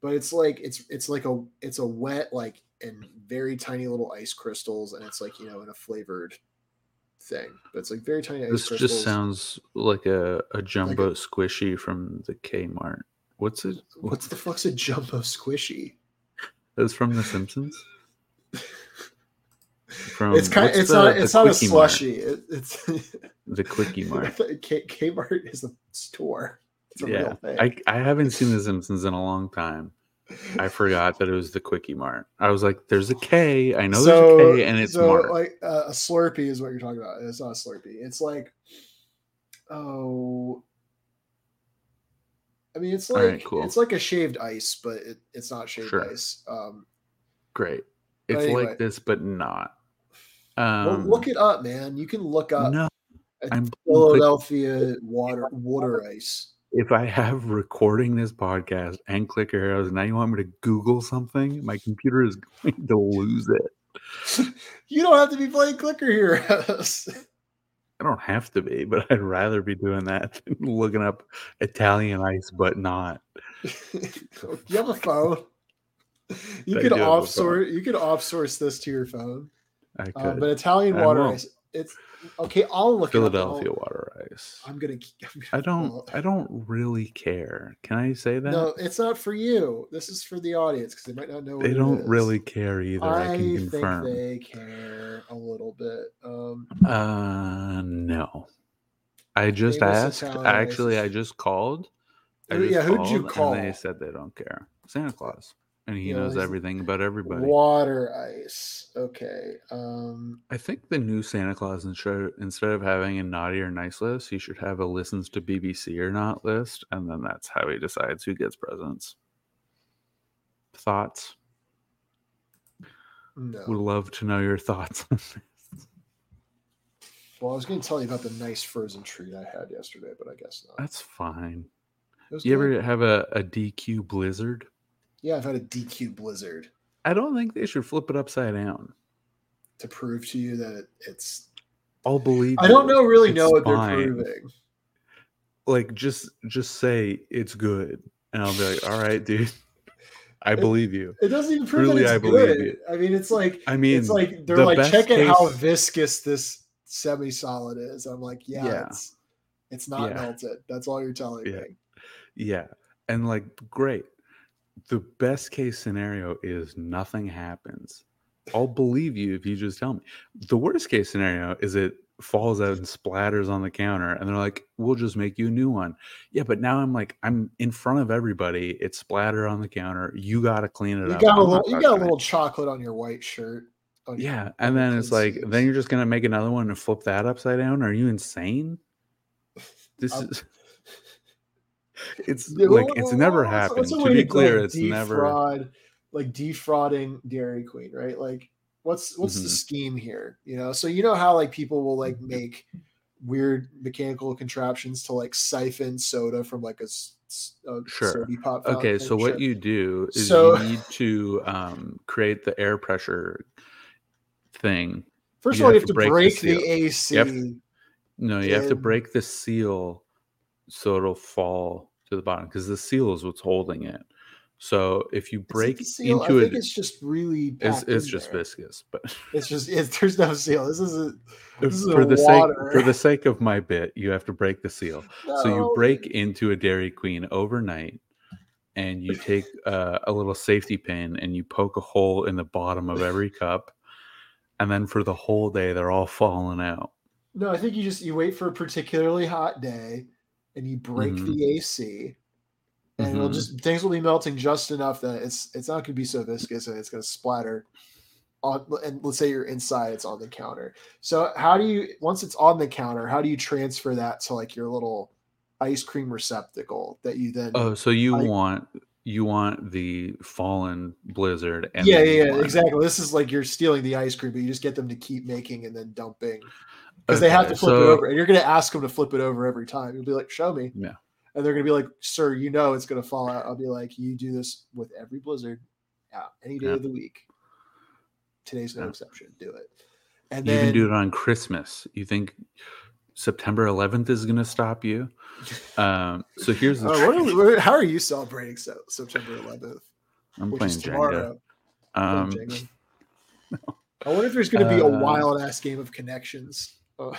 Speaker 1: But it's like it's it's like a it's a wet like and very tiny little ice crystals, and it's like you know in a flavored thing. But it's like very tiny ice
Speaker 2: This
Speaker 1: crystals.
Speaker 2: just sounds like a, a jumbo squishy from the Kmart. What's it?
Speaker 1: What's the fuck's a jumbo squishy?
Speaker 2: It's from The Simpsons. From
Speaker 1: it's kind.
Speaker 2: what's
Speaker 1: It's
Speaker 2: the-
Speaker 1: not.
Speaker 2: the
Speaker 1: It's not a
Speaker 2: Quickie Mart?
Speaker 1: slushy. It, it's
Speaker 2: The Quickie Mart.
Speaker 1: (laughs) K- Kmart is a store. It's a
Speaker 2: yeah,
Speaker 1: real thing. (laughs)
Speaker 2: I I haven't seen The Simpsons in a long time. I forgot that it was the Quickie Mart. I was like, "There's a K. I know there's a K, and it's
Speaker 1: so
Speaker 2: Mart."
Speaker 1: like uh, a Slurpee is what you're talking about. It's not a Slurpee. It's like, oh, I mean, it's
Speaker 2: All
Speaker 1: like
Speaker 2: right, cool.
Speaker 1: it's like a shaved ice, but it, it's not shaved
Speaker 2: Sure.
Speaker 1: ice. Um,
Speaker 2: Great.
Speaker 1: but
Speaker 2: It's
Speaker 1: anyway.
Speaker 2: like this, but not.
Speaker 1: well,
Speaker 2: Um,
Speaker 1: look it up, man. You can look up
Speaker 2: no,
Speaker 1: It's
Speaker 2: I'm
Speaker 1: Philadelphia water water ice.
Speaker 2: if I have recording this podcast and clicker arrows, now you want me to Google something, my computer is (laughs) going to lose it.
Speaker 1: You don't have to be playing clicker here. (laughs)
Speaker 2: I don't have to be, but (laughs) I'd rather be doing that than looking up Italian ice, but not.
Speaker 1: you
Speaker 2: (laughs)
Speaker 1: have a phone. You
Speaker 2: I
Speaker 1: could
Speaker 2: do have a phone.
Speaker 1: offsource. You could offsource this to your phone.
Speaker 2: I could.
Speaker 1: Um, but Italian
Speaker 2: I
Speaker 1: water
Speaker 2: won't.
Speaker 1: ice. It's okay. I'll look it up and I'll-
Speaker 2: Philadelphia water ice.
Speaker 1: I'm gonna. I'm gonna
Speaker 2: I don't.
Speaker 1: well,
Speaker 2: I don't really care. Can I say that?
Speaker 1: no, it's not for you. This is for the audience because they might not know. what
Speaker 2: they
Speaker 1: it
Speaker 2: don't
Speaker 1: is.
Speaker 2: really care either. I,
Speaker 1: I
Speaker 2: can
Speaker 1: think
Speaker 2: confirm.
Speaker 1: they care a little bit. Um,
Speaker 2: Uh, no. I just
Speaker 1: Famous
Speaker 2: asked.
Speaker 1: Italian
Speaker 2: Actually, I
Speaker 1: ices.
Speaker 2: just called. I
Speaker 1: Who-
Speaker 2: just
Speaker 1: yeah, who'd you
Speaker 2: called, And
Speaker 1: call?
Speaker 2: they said they don't care. Santa Claus, and he
Speaker 1: Yeah,
Speaker 2: knows
Speaker 1: he's-
Speaker 2: everything about everybody.
Speaker 1: water ice. Okay. Um,
Speaker 2: I think the new Santa Claus instead instead of having a naughty or nice list, he should have a listens to BBC or not list, and then that's how he decides who gets presents. Thoughts? Would
Speaker 1: no.
Speaker 2: love to know your thoughts. on this.
Speaker 1: Well, I was gonna tell you about the nice frozen treat I had yesterday, but I guess not.
Speaker 2: that's fine.
Speaker 1: It was
Speaker 2: You
Speaker 1: good.
Speaker 2: ever have a, a DQ blizzard?
Speaker 1: Yeah, I've had a DQ blizzard
Speaker 2: I don't think they should flip it upside down.
Speaker 1: to prove to you that it's.
Speaker 2: I'll believe.
Speaker 1: I don't
Speaker 2: you.
Speaker 1: know. Really
Speaker 2: It's
Speaker 1: know what
Speaker 2: fine.
Speaker 1: they're proving.
Speaker 2: Like just just say it's good, and I'll be like, all right, dude, (laughs) I
Speaker 1: It-
Speaker 2: believe you.
Speaker 1: It doesn't even prove that
Speaker 2: Truly,
Speaker 1: it's
Speaker 2: I believe
Speaker 1: good.
Speaker 2: it.
Speaker 1: I mean, it's like
Speaker 2: I mean,
Speaker 1: it's like they're
Speaker 2: the
Speaker 1: like
Speaker 2: best
Speaker 1: check it how
Speaker 2: case-
Speaker 1: viscous this semi-solid is. I'm like, yeah,
Speaker 2: Yeah.
Speaker 1: it's it's not
Speaker 2: Yeah.
Speaker 1: melted. That's all you're telling
Speaker 2: Yeah.
Speaker 1: me.
Speaker 2: yeah, and like great. The best case scenario is nothing happens. I'll believe you if you just tell me. The worst case scenario is it falls out and splatters on the counter, and they're like, "We'll just make you a new one." Yeah, but now I'm like, I'm in front of everybody. It splattered on the counter. You got to clean it
Speaker 1: You
Speaker 2: up.
Speaker 1: got a
Speaker 2: I'm not
Speaker 1: little, you got a
Speaker 2: touching it.
Speaker 1: little chocolate on your white shirt. on your-
Speaker 2: Yeah,
Speaker 1: on
Speaker 2: and
Speaker 1: your
Speaker 2: then it's
Speaker 1: kid's
Speaker 2: like,
Speaker 1: sleeves.
Speaker 2: then you're just gonna make another one and flip that upside down. Are you insane? This
Speaker 1: Um, (laughs)
Speaker 2: is. (laughs) It's
Speaker 1: Yeah,
Speaker 2: like
Speaker 1: what-
Speaker 2: it's
Speaker 1: what-
Speaker 2: never
Speaker 1: what's-
Speaker 2: happened.
Speaker 1: what's a
Speaker 2: To
Speaker 1: way
Speaker 2: be
Speaker 1: go, like,
Speaker 2: clear, it's never.
Speaker 1: defraud- like defrauding Dairy Queen, right? Like, what's what's the
Speaker 2: Mhm.
Speaker 1: scheme here? You know, so you know how like people will like
Speaker 2: Mm-hmm.
Speaker 1: make weird mechanical contraptions to like siphon soda from like a, s- s- a
Speaker 2: Sure.
Speaker 1: soda pop. fountain
Speaker 2: Okay,
Speaker 1: type
Speaker 2: so what
Speaker 1: shit.
Speaker 2: you do is
Speaker 1: uh, So- (laughs)
Speaker 2: you need to um, create the air pressure thing.
Speaker 1: first
Speaker 2: you
Speaker 1: of all, you
Speaker 2: have
Speaker 1: have
Speaker 2: to
Speaker 1: to
Speaker 2: break
Speaker 1: break,
Speaker 2: the
Speaker 1: the,
Speaker 2: seal.
Speaker 1: AC.
Speaker 2: Yep. No, you have to
Speaker 1: And-
Speaker 2: break the seal so it'll fall to the bottom because the seal is what's holding it. So if you
Speaker 1: It's not
Speaker 2: break
Speaker 1: the seal.
Speaker 2: into
Speaker 1: I think
Speaker 2: it,
Speaker 1: it's just really.
Speaker 2: it's,
Speaker 1: packed
Speaker 2: it's
Speaker 1: in
Speaker 2: just
Speaker 1: there.
Speaker 2: viscous, but. (laughs)
Speaker 1: It's just it's, there's no seal. This isn't. This is
Speaker 2: for
Speaker 1: a
Speaker 2: the
Speaker 1: water.
Speaker 2: sake for the sake of my bit, you have to break the seal. So you
Speaker 1: No.
Speaker 2: break into a Dairy Queen overnight, and you take uh, a little safety pin and you poke a hole in the bottom
Speaker 1: (laughs)
Speaker 2: of every cup, and then for the whole day they're all falling out.
Speaker 1: No, I think you just you wait for a particularly hot day and you break
Speaker 2: Mhm.
Speaker 1: the AC and it'll
Speaker 2: Mhm.
Speaker 1: just things will be melting just enough that it's it's not gonna be so viscous and it's gonna splatter on and let's say you're inside, it's on the counter. So how do you once it's on the counter, how do you transfer that to like your little ice cream receptacle that you then
Speaker 2: Oh, so you
Speaker 1: I-
Speaker 2: want you want the fallen blizzard? And
Speaker 1: yeah,
Speaker 2: the new
Speaker 1: yeah, yeah,
Speaker 2: one.
Speaker 1: exactly. This is like you're stealing the ice cream, but you just get them to keep making and then dumping. because they have
Speaker 2: Okay,
Speaker 1: to flip it
Speaker 2: so-
Speaker 1: over, and you're going to ask them to flip it over every time. You'll be like, "Show me,"
Speaker 2: Yeah.
Speaker 1: and they're going to be like, "Sir, you know it's going to fall out." I'll be like, "You do this with every blizzard, yeah, any day
Speaker 2: Yeah.
Speaker 1: of the week. Today's no
Speaker 2: Yeah.
Speaker 1: exception. Do it." And
Speaker 2: you
Speaker 1: then (laughs)
Speaker 2: even do it on Christmas. You think September 11th is going to stop
Speaker 1: (laughs)
Speaker 2: you? Um, so here's the.
Speaker 1: Uh, what are
Speaker 2: trick.
Speaker 1: we- what are- how are you celebrating Se- September 11th,
Speaker 2: I'm
Speaker 1: which
Speaker 2: playing
Speaker 1: is
Speaker 2: Jenga.
Speaker 1: tomorrow? Playing
Speaker 2: Um, (laughs)
Speaker 1: Jenga. I wonder if there's going to be a
Speaker 2: uh,
Speaker 1: wild ass game of connections. Uh,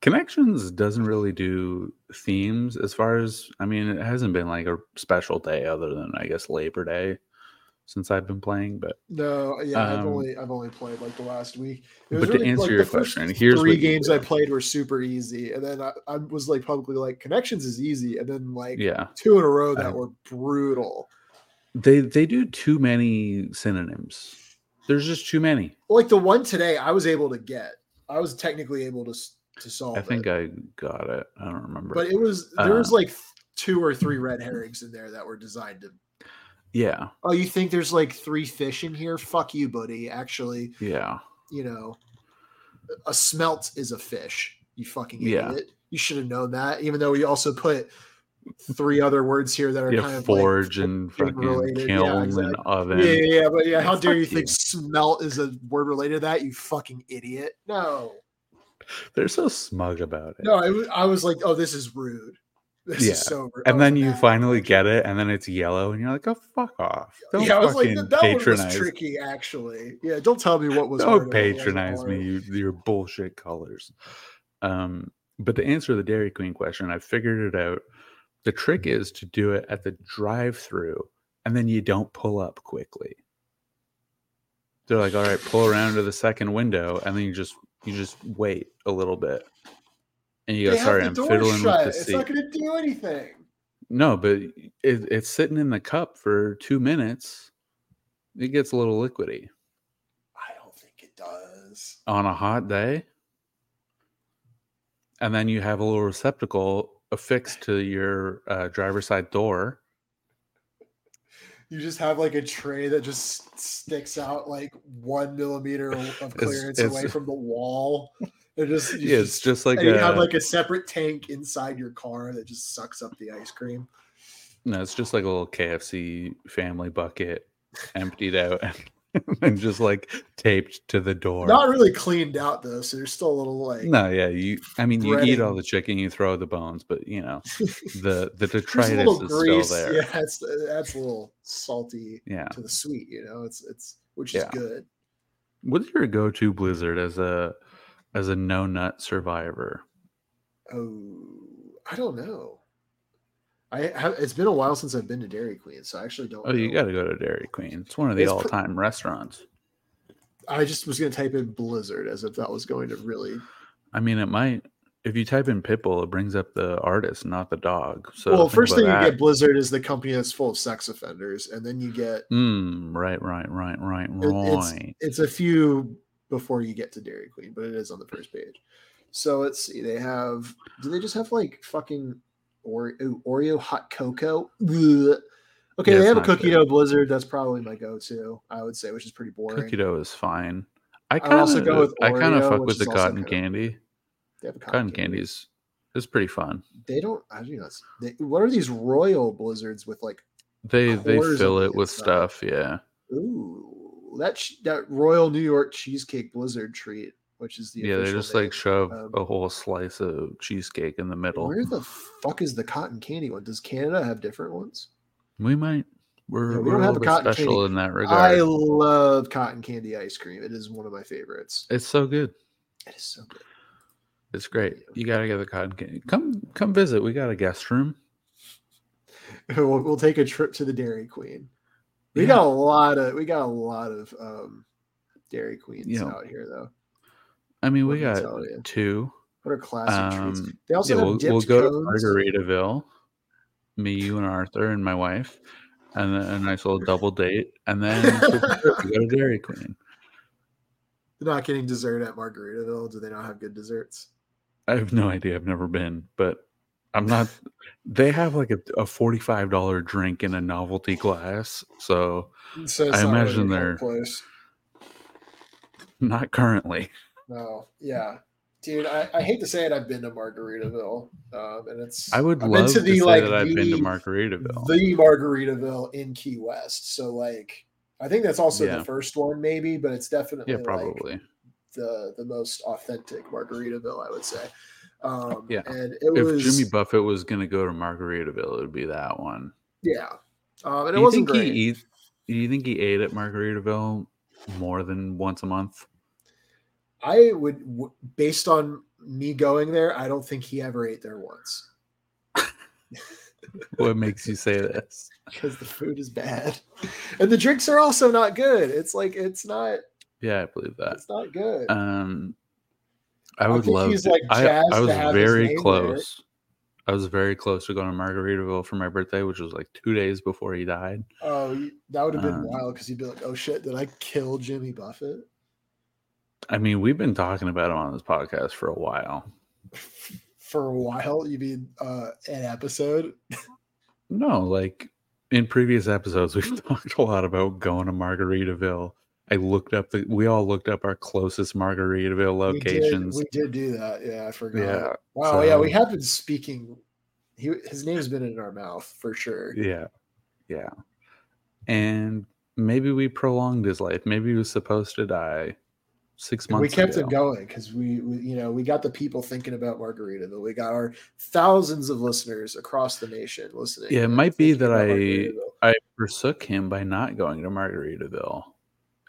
Speaker 2: Connections doesn't really do themes as far as I mean, it hasn't been like a special day other than I guess Labor Day since I've been playing. But
Speaker 1: no, yeah, I've
Speaker 2: Um,
Speaker 1: only I've only played like the last week. It was
Speaker 2: but to
Speaker 1: really-
Speaker 2: answer
Speaker 1: like,
Speaker 2: your
Speaker 1: the first
Speaker 2: question, here's
Speaker 1: three
Speaker 2: what you
Speaker 1: games I
Speaker 2: do.
Speaker 1: played were super easy, and then I, I was like publicly like connections is easy, and then like
Speaker 2: Yeah, Uh-huh.
Speaker 1: two in a row that
Speaker 2: I-
Speaker 1: were brutal.
Speaker 2: they they do too many synonyms. There's just too many.
Speaker 1: Like the one today, I was able to get. I was technically able to s- to solve.
Speaker 2: I think
Speaker 1: it.
Speaker 2: I got it. I don't remember.
Speaker 1: but it was there was
Speaker 2: Uh,
Speaker 1: like two or three red herrings in there that were designed to.
Speaker 2: yeah,
Speaker 1: Oh, you think there's like three fish in here? Fuck you, buddy. Actually,
Speaker 2: yeah.
Speaker 1: you know, a smelt is a fish. You fucking
Speaker 2: Yeah.
Speaker 1: idiot. You should have known that. Even though we also put three other words here that are kind
Speaker 2: Yeah,
Speaker 1: of like
Speaker 2: forge and fucking
Speaker 1: related. Yeah,
Speaker 2: kiln and
Speaker 1: exactly.
Speaker 2: oven.
Speaker 1: Yeah, yeah, yeah, but yeah, how dare
Speaker 2: Fuck
Speaker 1: you,
Speaker 2: you.
Speaker 1: think smelt is a word related to that? You fucking idiot! No,
Speaker 2: They're so smug about it.
Speaker 1: no, I was, I was like, oh, this is rude. This
Speaker 2: Yeah.
Speaker 1: is so rude. Oh, I
Speaker 2: and
Speaker 1: was
Speaker 2: then you
Speaker 1: mad.
Speaker 2: finally get it, and then it's yellow, and you're like, "Oh, fuck off! Don't
Speaker 1: yeah, I was like,
Speaker 2: fucking
Speaker 1: that that one was
Speaker 2: patronize.
Speaker 1: tricky, actually. Yeah, don't tell me what was.
Speaker 2: Don't
Speaker 1: hard and what wasn't
Speaker 2: Oh, patronize me,
Speaker 1: hard.
Speaker 2: you, your bullshit colors." Um, but to answer the Dairy Queen question, I figured it out. The trick is to do it at the drive-through, and then you don't pull up quickly. They're like, "All right, pull around to the second window," and then you just you just wait a little bit, and you go,
Speaker 1: They have
Speaker 2: "Sorry,
Speaker 1: the
Speaker 2: I'm
Speaker 1: door
Speaker 2: fiddling with
Speaker 1: shut.
Speaker 2: the
Speaker 1: It's
Speaker 2: seat."
Speaker 1: not going to do anything.
Speaker 2: No, but it, it's sitting in the cup for two minutes. It gets a little liquidy
Speaker 1: I don't think it does.
Speaker 2: on a hot day. And then you have a little receptacle affixed to your uh, driver's side door.
Speaker 1: You just have like a tray that just sticks out like one millimeter of clearance
Speaker 2: (laughs) it's-
Speaker 1: away from the wall. It just, you
Speaker 2: Yeah, it's just like,
Speaker 1: and you have
Speaker 2: a-
Speaker 1: like a separate tank inside your car that just sucks up the ice cream.
Speaker 2: no, it's just like a little KFC family bucket emptied out (laughs) and just like taped to the door.
Speaker 1: Not really cleaned out though, so there's still a little like
Speaker 2: no, yeah, you. I mean, you eat all
Speaker 1: breading.
Speaker 2: the chicken, you throw the bones, but
Speaker 1: (laughs)
Speaker 2: you know the the
Speaker 1: there's a
Speaker 2: detritus
Speaker 1: little
Speaker 2: is
Speaker 1: grease.
Speaker 2: still there.
Speaker 1: Yeah, that's that's a little salty
Speaker 2: yeah.
Speaker 1: to the sweet. You know, it's it's which
Speaker 2: Yeah.
Speaker 1: is good.
Speaker 2: What's your go-to blizzard as a as a no nut survivor?
Speaker 1: Oh, I don't know. I have, it's been a while since I've been to Dairy Queen, so I actually don't.
Speaker 2: Oh, you
Speaker 1: know.
Speaker 2: got to go to Dairy Queen. It's one of the
Speaker 1: It's pr-
Speaker 2: all-time restaurants.
Speaker 1: I just was gonna type in Blizzard as if that was going to really.
Speaker 2: I mean, it might if you type in Pitbull, it brings up the artist, not the dog. So
Speaker 1: well,
Speaker 2: think
Speaker 1: first
Speaker 2: about
Speaker 1: thing you
Speaker 2: that.
Speaker 1: get Blizzard is the company that's full of sex offenders, and then you get
Speaker 2: Mm, right, right, right, right,
Speaker 1: it's-
Speaker 2: right.
Speaker 1: it's a few before you get to Dairy Queen, but it is on the first page. So let's see. They have. Do they just have like fucking Oreo, ooh, Oreo hot cocoa? Ugh. Okay,
Speaker 2: Yeah,
Speaker 1: they
Speaker 2: it's
Speaker 1: have a
Speaker 2: not
Speaker 1: cookie
Speaker 2: good.
Speaker 1: dough blizzard. That's probably my go-to. I would say, which is pretty boring.
Speaker 2: Cookie dough is fine. I
Speaker 1: I would also
Speaker 2: kind
Speaker 1: go
Speaker 2: of
Speaker 1: with
Speaker 2: I kind of
Speaker 1: Oreo,
Speaker 2: fuck
Speaker 1: which
Speaker 2: with the
Speaker 1: is also
Speaker 2: cotton
Speaker 1: kinda
Speaker 2: candy.
Speaker 1: They have a
Speaker 2: Cotton candy's is pretty fun.
Speaker 1: They don't. I do not. They, what are these royal blizzards with like?
Speaker 2: They they
Speaker 1: Coors on
Speaker 2: fill
Speaker 1: the
Speaker 2: it with
Speaker 1: inside.
Speaker 2: stuff. Yeah.
Speaker 1: Ooh, that sh- that royal New York cheesecake blizzard treat, which is the
Speaker 2: Yeah, they
Speaker 1: official
Speaker 2: just
Speaker 1: name.
Speaker 2: like shove
Speaker 1: um,
Speaker 2: a whole slice of cheesecake in the middle.
Speaker 1: Where the fuck is the cotton candy one? Does Canada have different ones?
Speaker 2: We might. We're,
Speaker 1: Yeah, we
Speaker 2: we are
Speaker 1: don't
Speaker 2: a
Speaker 1: have
Speaker 2: little
Speaker 1: a
Speaker 2: bit
Speaker 1: cotton
Speaker 2: special
Speaker 1: candy.
Speaker 2: in that regard.
Speaker 1: I love cotton candy ice cream. It is one of my favorites.
Speaker 2: It's so good.
Speaker 1: It is so good.
Speaker 2: It's great. You gotta get the cotton candy. Come come visit. We got a guest room.
Speaker 1: (laughs) We'll, we'll take a trip to the Dairy Queen. We
Speaker 2: Yeah.
Speaker 1: got a lot of we got a lot of um, Dairy Queens
Speaker 2: You know,
Speaker 1: out here though.
Speaker 2: I mean, we
Speaker 1: Let me
Speaker 2: got
Speaker 1: tell you.
Speaker 2: two.
Speaker 1: What are classic treats?
Speaker 2: Um,
Speaker 1: They also
Speaker 2: yeah,
Speaker 1: have
Speaker 2: we'll,
Speaker 1: dipped
Speaker 2: we'll go
Speaker 1: cones.
Speaker 2: to Margaritaville. Me, you, and Arthur, and my wife, and then a nice little double date,
Speaker 1: (laughs)
Speaker 2: and then we go to Dairy Queen.
Speaker 1: They're not getting dessert at Margaritaville. Do they not have good desserts?
Speaker 2: I have no idea. I've never been, but I'm not. They have like a, a forty-five dollar drink in a novelty glass, so
Speaker 1: So
Speaker 2: I
Speaker 1: not really
Speaker 2: imagine
Speaker 1: that
Speaker 2: they're-
Speaker 1: close.
Speaker 2: not currently.
Speaker 1: No, yeah, dude. I, I hate to say it. I've been to Margaritaville, um, and it's
Speaker 2: I would
Speaker 1: I've been
Speaker 2: love
Speaker 1: to
Speaker 2: to,
Speaker 1: the,
Speaker 2: say
Speaker 1: like,
Speaker 2: that I've been to
Speaker 1: the-
Speaker 2: Margaritaville.
Speaker 1: the Margaritaville in Key West. So like, I think that's also
Speaker 2: Yeah.
Speaker 1: the first one, maybe, but it's definitely
Speaker 2: yeah,
Speaker 1: like,
Speaker 2: probably.
Speaker 1: the the most authentic Margaritaville, I would say. Um,
Speaker 2: Yeah.
Speaker 1: and it
Speaker 2: if
Speaker 1: was
Speaker 2: Jimmy Buffett was going to go to Margaritaville, it would be that one.
Speaker 1: yeah, um, and
Speaker 2: do
Speaker 1: it
Speaker 2: you
Speaker 1: wasn't
Speaker 2: think
Speaker 1: great.
Speaker 2: he eat, Do you think he ate at Margaritaville more than once a month? (laughs)
Speaker 1: I would, w- based on me going there, I don't think he ever ate there once
Speaker 2: What makes you say this?
Speaker 1: because the food is bad, and the drinks are also not good. It's like it's not
Speaker 2: Yeah, I believe that.
Speaker 1: it's not good.
Speaker 2: Um, Uh, I
Speaker 1: I
Speaker 2: would
Speaker 1: think
Speaker 2: love.
Speaker 1: he's,
Speaker 2: to-
Speaker 1: like,
Speaker 2: I,
Speaker 1: jazzed
Speaker 2: I
Speaker 1: to
Speaker 2: was
Speaker 1: have his name
Speaker 2: very
Speaker 1: there.
Speaker 2: close. I was very close to going to Margaritaville for my birthday, which was like two days before he died.
Speaker 1: oh, you- that would have been
Speaker 2: um,
Speaker 1: wild because you'd be like, oh shit, did I kill Jimmy Buffett? (laughs)
Speaker 2: I mean, we've been talking about him on this podcast for a while.
Speaker 1: For a while, you mean uh, an episode?
Speaker 2: No, like in previous episodes,
Speaker 1: Mm.
Speaker 2: we've talked a lot about going to Margaritaville. I looked up the. We all looked up our closest Margaritaville
Speaker 1: We did-
Speaker 2: locations.
Speaker 1: We did, do that. Yeah, I forgot.
Speaker 2: yeah,
Speaker 1: Wow, yeah, we
Speaker 2: So-
Speaker 1: have been speaking. He, his name's been in our mouth for sure.
Speaker 2: yeah, yeah. And maybe we prolonged his life. Maybe he was supposed to die six
Speaker 1: And
Speaker 2: months.
Speaker 1: we kept
Speaker 2: ago.
Speaker 1: it going because we, we, you know, we got the people thinking about Margaritaville. We got our thousands of listeners across the nation listening.
Speaker 2: Yeah, it
Speaker 1: and
Speaker 2: might be
Speaker 1: thinking
Speaker 2: that
Speaker 1: about
Speaker 2: I-
Speaker 1: Margaritaville.
Speaker 2: I forsook him by not going to Margaritaville.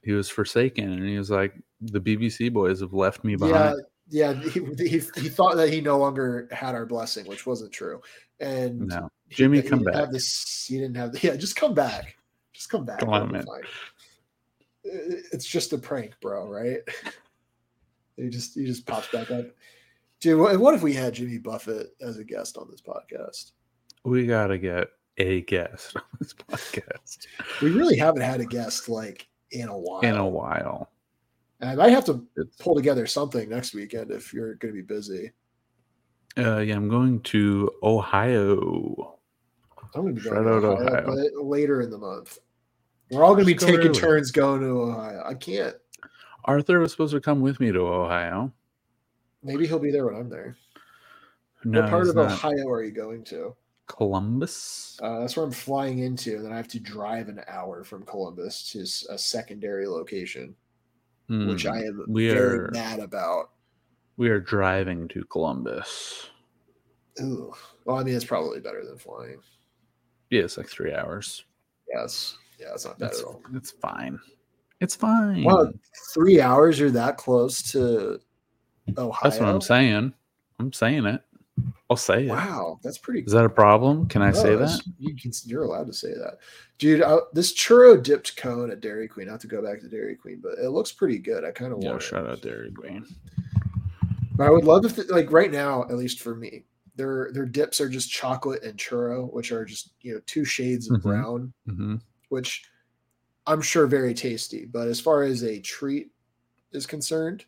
Speaker 2: He was forsaken, and he was like, "The BBC boys have left me
Speaker 1: Yeah,
Speaker 2: behind."
Speaker 1: yeah, he, he, he thought that he no longer had our blessing, which wasn't true. And
Speaker 2: no,
Speaker 1: he-
Speaker 2: Jimmy,
Speaker 1: he
Speaker 2: come
Speaker 1: didn't
Speaker 2: back.
Speaker 1: Have this, he didn't have. The, yeah, just come back. Just come back.
Speaker 2: Come
Speaker 1: it'll
Speaker 2: on,
Speaker 1: be
Speaker 2: man.
Speaker 1: fine. It- It's just a prank, bro. Right? (laughs) He just he just pops back up. Dude, what, what if we had Jimmy Buffett as a guest on this podcast?
Speaker 2: We gotta get a guest on this (laughs) podcast
Speaker 1: We really haven't had a guest like in a while.
Speaker 2: in a while.
Speaker 1: and I might have to
Speaker 2: It's,
Speaker 1: pull together something next weekend if you're going to be busy.
Speaker 2: uh, yeah, I'm going to Ohio.
Speaker 1: I'm going to be
Speaker 2: Shout
Speaker 1: going
Speaker 2: out
Speaker 1: to Ohio,
Speaker 2: Ohio.
Speaker 1: but later in the month. We're all going to be
Speaker 2: Just go
Speaker 1: taking
Speaker 2: early.
Speaker 1: turns going to Ohio. I can't.
Speaker 2: Arthur was supposed to come with me to Ohio.
Speaker 1: Maybe he'll be there when I'm there.
Speaker 2: No,
Speaker 1: what part
Speaker 2: he's
Speaker 1: of
Speaker 2: not.
Speaker 1: Ohio are you going to?
Speaker 2: Columbus.
Speaker 1: Uh, that's where I'm flying into, and then I have to drive an hour from Columbus to s- a secondary location, Uh, which
Speaker 2: Hmm.
Speaker 1: I am
Speaker 2: we
Speaker 1: very
Speaker 2: are-
Speaker 1: mad about.
Speaker 2: we are driving to Columbus.
Speaker 1: Ooh. Well, I mean, it's probably better than flying.
Speaker 2: Yeah, it's like three hours.
Speaker 1: Yes. Yeah, it's not bad
Speaker 2: That's
Speaker 1: at all.
Speaker 2: it's fine. It's fine.
Speaker 1: Wow, three hours? You're that close to Ohio?
Speaker 2: That's what I'm saying. I'm saying it. I'll say it. Is
Speaker 1: Wow, that's pretty.
Speaker 2: that a problem? Can I say
Speaker 1: gross.
Speaker 2: that?
Speaker 1: You can, you're allowed to say that, dude. I, this churro dipped cone at Dairy Queen. Not to go back to Dairy Queen, but it looks pretty good. I kind of
Speaker 2: Yeah,
Speaker 1: want it.
Speaker 2: shout out Dairy Queen.
Speaker 1: But I would love if, like right now, at least for me, their their dips are just chocolate and churro, which are just you know two shades of
Speaker 2: Mhm.
Speaker 1: brown,
Speaker 2: hmm
Speaker 1: which I'm sure very tasty. But as far as a treat is concerned,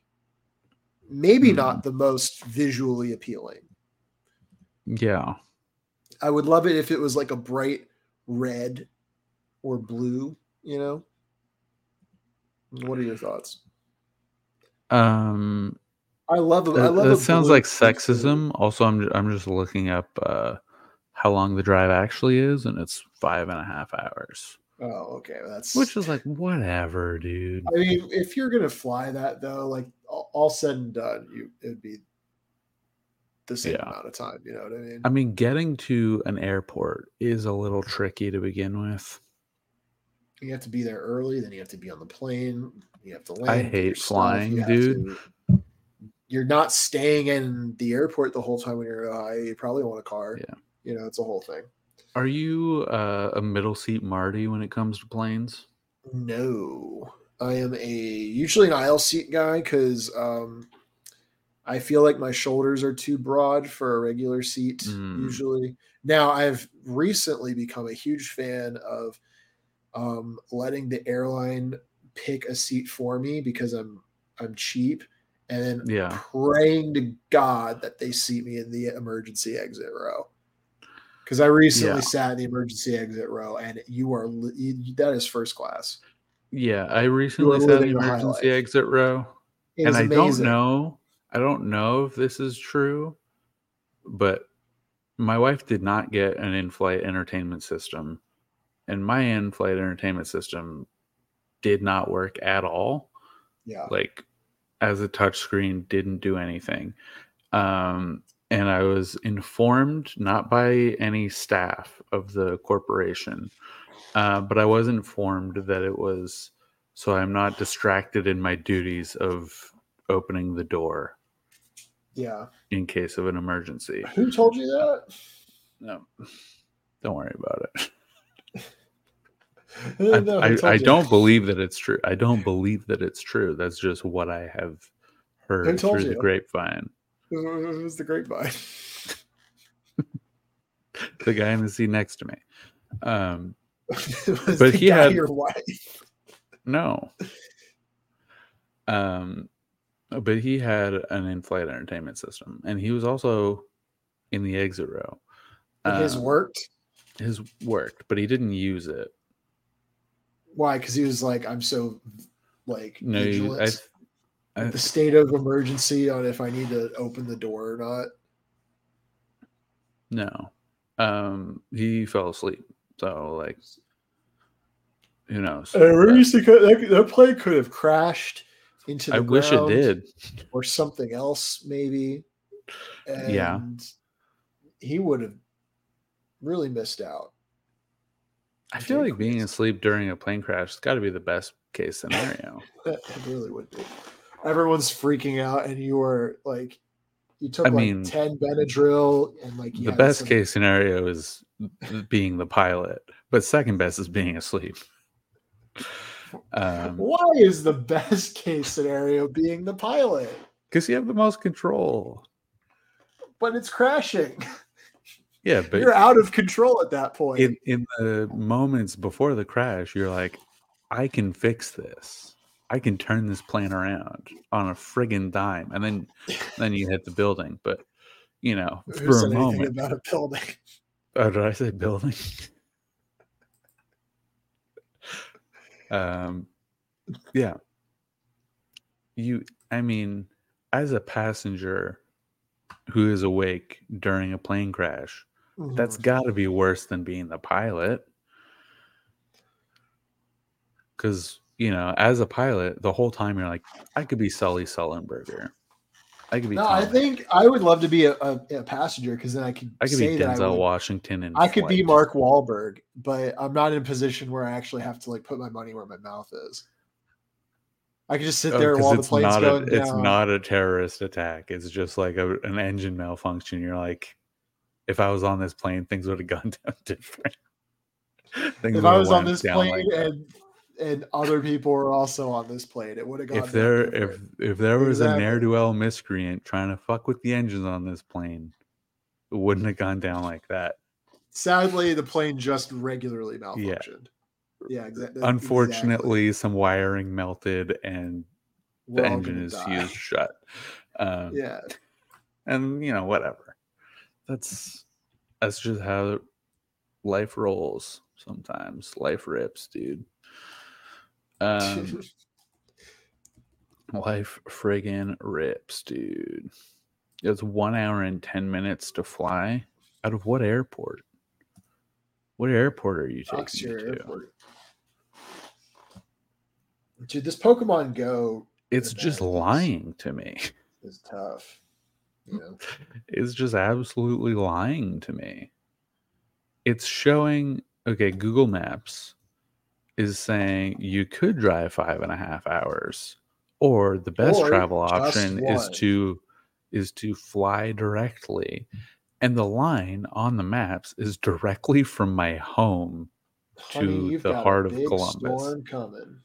Speaker 1: maybe
Speaker 2: Hmm.
Speaker 1: not the most visually appealing.
Speaker 2: Yeah.
Speaker 1: I would love it if it was like a bright red or blue. You know, what are your thoughts?
Speaker 2: Um,
Speaker 1: I love. I
Speaker 2: that,
Speaker 1: love.
Speaker 2: that
Speaker 1: a
Speaker 2: sounds
Speaker 1: blue
Speaker 2: like
Speaker 1: food.
Speaker 2: sexism. Also, I'm I'm just looking up uh, how long the drive actually is, and it's five and a half hours,
Speaker 1: Oh, okay. well, That's
Speaker 2: which is like whatever, dude.
Speaker 1: I mean, if you're gonna fly that though, like all, all said and done, you it'd be the same
Speaker 2: Yeah.
Speaker 1: amount of time. You know what I mean?
Speaker 2: I mean, getting to an airport is a little tricky to begin with.
Speaker 1: you have to be there early, then you have to be on the plane. You have to land.
Speaker 2: I
Speaker 1: get your
Speaker 2: hate
Speaker 1: stuff,
Speaker 2: flying,
Speaker 1: you have
Speaker 2: dude.
Speaker 1: to- you're not staying in the airport the whole time when you're in Ohio. You probably want a car.
Speaker 2: Yeah.
Speaker 1: You know, it's a whole thing.
Speaker 2: Are you uh, a middle seat Marty when it comes to planes?
Speaker 1: No, I am a usually an aisle seat guy because um, I feel like my shoulders are too broad for a regular seat.
Speaker 2: Mm.
Speaker 1: Usually, now I've recently become a huge fan of um, letting the airline pick a seat for me because I'm I'm cheap, and then
Speaker 2: Yeah.
Speaker 1: praying to God that they seat me in the emergency exit row. Because I recently
Speaker 2: Yeah.
Speaker 1: sat in the emergency exit row, and you are li- you, that is first class.
Speaker 2: Yeah, I recently sat in
Speaker 1: living
Speaker 2: the
Speaker 1: the high
Speaker 2: emergency
Speaker 1: life.
Speaker 2: exit row
Speaker 1: It
Speaker 2: and
Speaker 1: is
Speaker 2: I don't
Speaker 1: amazing.
Speaker 2: know. I don't know if this is true, but my wife did not get an in-flight entertainment system, and my in-flight entertainment system did not work at all.
Speaker 1: Yeah.
Speaker 2: Like, as a touchscreen, didn't do anything. Um, and I was informed not by any staff of the corporation, uh, but I was informed that it was so I'm not distracted in my duties of opening the door
Speaker 1: Yeah.
Speaker 2: in case of an emergency.
Speaker 1: Who told you that?
Speaker 2: No, don't worry about
Speaker 1: (laughs)
Speaker 2: it.
Speaker 1: I, (laughs) didn't know who
Speaker 2: I,
Speaker 1: told
Speaker 2: I, I
Speaker 1: you.
Speaker 2: don't believe that it's true. I don't believe that it's true. That's just what I have
Speaker 1: Who
Speaker 2: heard
Speaker 1: told
Speaker 2: through the
Speaker 1: you?
Speaker 2: grapevine.
Speaker 1: It was the grapevine. (laughs)
Speaker 2: The guy in the seat next to me. Um,
Speaker 1: It was
Speaker 2: But
Speaker 1: the
Speaker 2: he
Speaker 1: guy
Speaker 2: had-
Speaker 1: Your wife.
Speaker 2: No. Um, but he had an in-flight entertainment system, and he was also in the exit row.
Speaker 1: And his
Speaker 2: Um,
Speaker 1: worked.
Speaker 2: His worked, but he didn't use it.
Speaker 1: Why? Because he was like, I'm so like
Speaker 2: No, he-
Speaker 1: vigilant.
Speaker 2: I, I-
Speaker 1: the state of emergency on if I need to open the door or not.
Speaker 2: no. Um, he fell asleep. So like, who knows?
Speaker 1: Uh,
Speaker 2: But
Speaker 1: we used to co- that, that plane could have crashed into the
Speaker 2: I wish it
Speaker 1: ground
Speaker 2: did.
Speaker 1: or something else, maybe. And
Speaker 2: Yeah.
Speaker 1: he would have really missed out.
Speaker 2: I feel
Speaker 1: did
Speaker 2: like being
Speaker 1: crash.
Speaker 2: asleep during a plane crash has got to be the best case scenario.
Speaker 1: It really would be. Everyone's freaking out, and you were like, you took
Speaker 2: I
Speaker 1: like
Speaker 2: mean,
Speaker 1: ten Benadryl, and like you
Speaker 2: the
Speaker 1: had
Speaker 2: best
Speaker 1: some-
Speaker 2: case scenario is being the pilot, but second best is being asleep. Um,
Speaker 1: Why is the best case scenario being the pilot?
Speaker 2: because you have the most control.
Speaker 1: But it's crashing.
Speaker 2: Yeah, but
Speaker 1: You're out of control at that point.
Speaker 2: in, in the moments before the crash, you're like, I can fix this. I can turn this plane around on a friggin' dime, and then then you hit the building. But you know,
Speaker 1: Who
Speaker 2: for
Speaker 1: said
Speaker 2: a
Speaker 1: anything
Speaker 2: moment,
Speaker 1: about a building?
Speaker 2: Oh, did I say building? (laughs) um, yeah. You, I mean, as a passenger who is awake during a plane crash,
Speaker 1: Mm-hmm.
Speaker 2: that's got to be worse than being the pilot. Because, you know, as a pilot, the whole time you're like, I could be Sully Sullenberger. I could be,
Speaker 1: No, I
Speaker 2: Tom-
Speaker 1: think I would love to be a, a, a passenger because then I could,
Speaker 2: I could be
Speaker 1: say that I,
Speaker 2: Denzel
Speaker 1: would-
Speaker 2: Washington. And
Speaker 1: I could be Mark Wahlberg, but I'm not in a position where I actually have to like put my money where my mouth is. I could just sit
Speaker 2: Oh,
Speaker 1: there
Speaker 2: 'cause
Speaker 1: while the
Speaker 2: it's
Speaker 1: plane's
Speaker 2: not
Speaker 1: going
Speaker 2: a,
Speaker 1: down.
Speaker 2: It's not a terrorist attack. It's just like a, an engine malfunction. You're like, if I was on this plane, things would have (laughs) gone down different. (laughs) Things
Speaker 1: if I
Speaker 2: would've
Speaker 1: was on
Speaker 2: went
Speaker 1: this
Speaker 2: down
Speaker 1: plane
Speaker 2: like that.
Speaker 1: and and other people were also on this plane, it would have gone.
Speaker 2: if
Speaker 1: down
Speaker 2: there if
Speaker 1: different.
Speaker 2: if there was
Speaker 1: Exactly.
Speaker 2: a ne'er do well miscreant trying to fuck with the engines on this plane, it wouldn't have gone down like
Speaker 1: E,
Speaker 2: that.
Speaker 1: sadly the plane just regularly malfunctioned. Yeah, exa- e-, exactly.
Speaker 2: Unfortunately, some wiring melted and
Speaker 1: We're
Speaker 2: the
Speaker 1: all
Speaker 2: engine
Speaker 1: gonna
Speaker 2: is
Speaker 1: die. (laughs)
Speaker 2: fused shut. Um,
Speaker 1: Yeah,
Speaker 2: and you know whatever that's that's just how life rolls sometimes life rips dude
Speaker 1: (laughs)
Speaker 2: um life friggin rips dude it's one hour and 10 minutes to fly out of what airport what airport are you
Speaker 1: Fox
Speaker 2: taking me
Speaker 1: Fury
Speaker 2: to?
Speaker 1: Airport. Dude, this Pokemon Go
Speaker 2: it's just
Speaker 1: Bananas.
Speaker 2: lying to me
Speaker 1: is tough. You know,
Speaker 2: is just absolutely lying to me. It's showing, okay, Google Maps is saying you could drive five and a half hours, or the best
Speaker 1: Or
Speaker 2: travel
Speaker 1: just
Speaker 2: option is
Speaker 1: one.
Speaker 2: to is to fly directly. And the line on the maps is directly from my home. To the heart of Columbus.
Speaker 1: storm coming.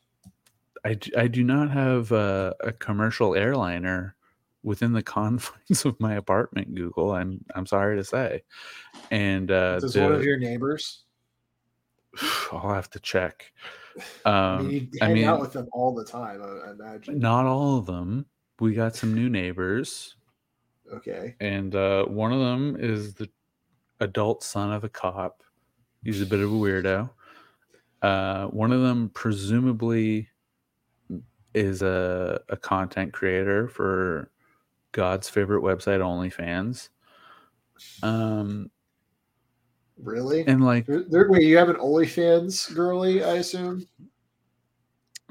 Speaker 2: I, d- I do not have a, a commercial airliner within the (laughs) confines of my apartment, Google. I'm I'm sorry to say. And uh,
Speaker 1: Does
Speaker 2: the-
Speaker 1: one of your neighbors?
Speaker 2: (sighs) I'll have to check.
Speaker 1: I mean,
Speaker 2: Um,
Speaker 1: you
Speaker 2: I
Speaker 1: hang out
Speaker 2: mean-
Speaker 1: with them all the time. I, I imagine.
Speaker 2: not all of them. We got some new neighbors,
Speaker 1: Okay,
Speaker 2: and uh, one of them is the adult son of a cop. He's a bit of a weirdo. Uh, one of them, presumably, is a, a content creator for God's favorite website, OnlyFans. Um,
Speaker 1: Really?
Speaker 2: and like,
Speaker 1: There- there- wait, you have an OnlyFans girly? I assume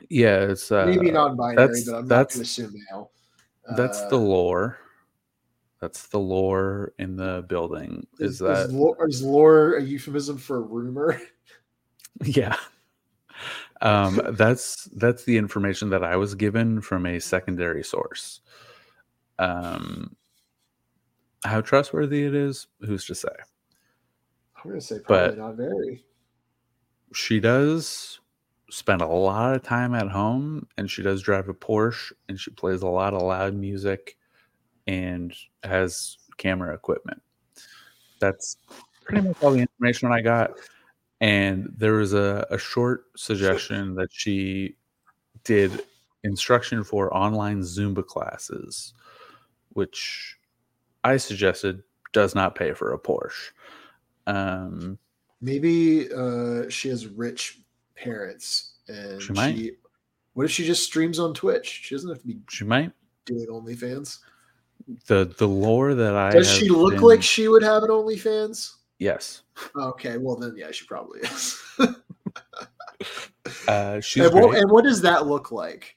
Speaker 2: yeah, it's uh,
Speaker 1: maybe non-binary,
Speaker 2: that's-
Speaker 1: but I'm not
Speaker 2: that's-
Speaker 1: going to assume male.
Speaker 2: that's
Speaker 1: Uh,
Speaker 2: the lore. That's the lore in the building. Is, that (laughs)
Speaker 1: is lore, is lore a euphemism for rumor? (laughs)
Speaker 2: Yeah. Um, that's that's the information that I was given from a secondary source. Um, how trustworthy it is, who's to say?
Speaker 1: I'm going to say probably
Speaker 2: But-
Speaker 1: not very.
Speaker 2: She does spend a lot of time at home, and she does drive a Porsche, and she plays a lot of loud music, and has camera equipment. That's pretty much all the information I got. And there was a, a short suggestion that she did instruction for online Zumba classes, which I suggested does not pay for a Porsche. Um,
Speaker 1: Maybe uh, she has rich parents, and
Speaker 2: She might.
Speaker 1: What if she just streams on Twitch? She doesn't have to be
Speaker 2: she might
Speaker 1: doing OnlyFans.
Speaker 2: the the lore that I
Speaker 1: Does she
Speaker 2: have
Speaker 1: look
Speaker 2: been-
Speaker 1: like she would have an OnlyFans?
Speaker 2: yes.
Speaker 1: Okay, well then, yeah, she probably is. (laughs)
Speaker 2: Uh, she's
Speaker 1: and, what,
Speaker 2: great.
Speaker 1: and what does that look like?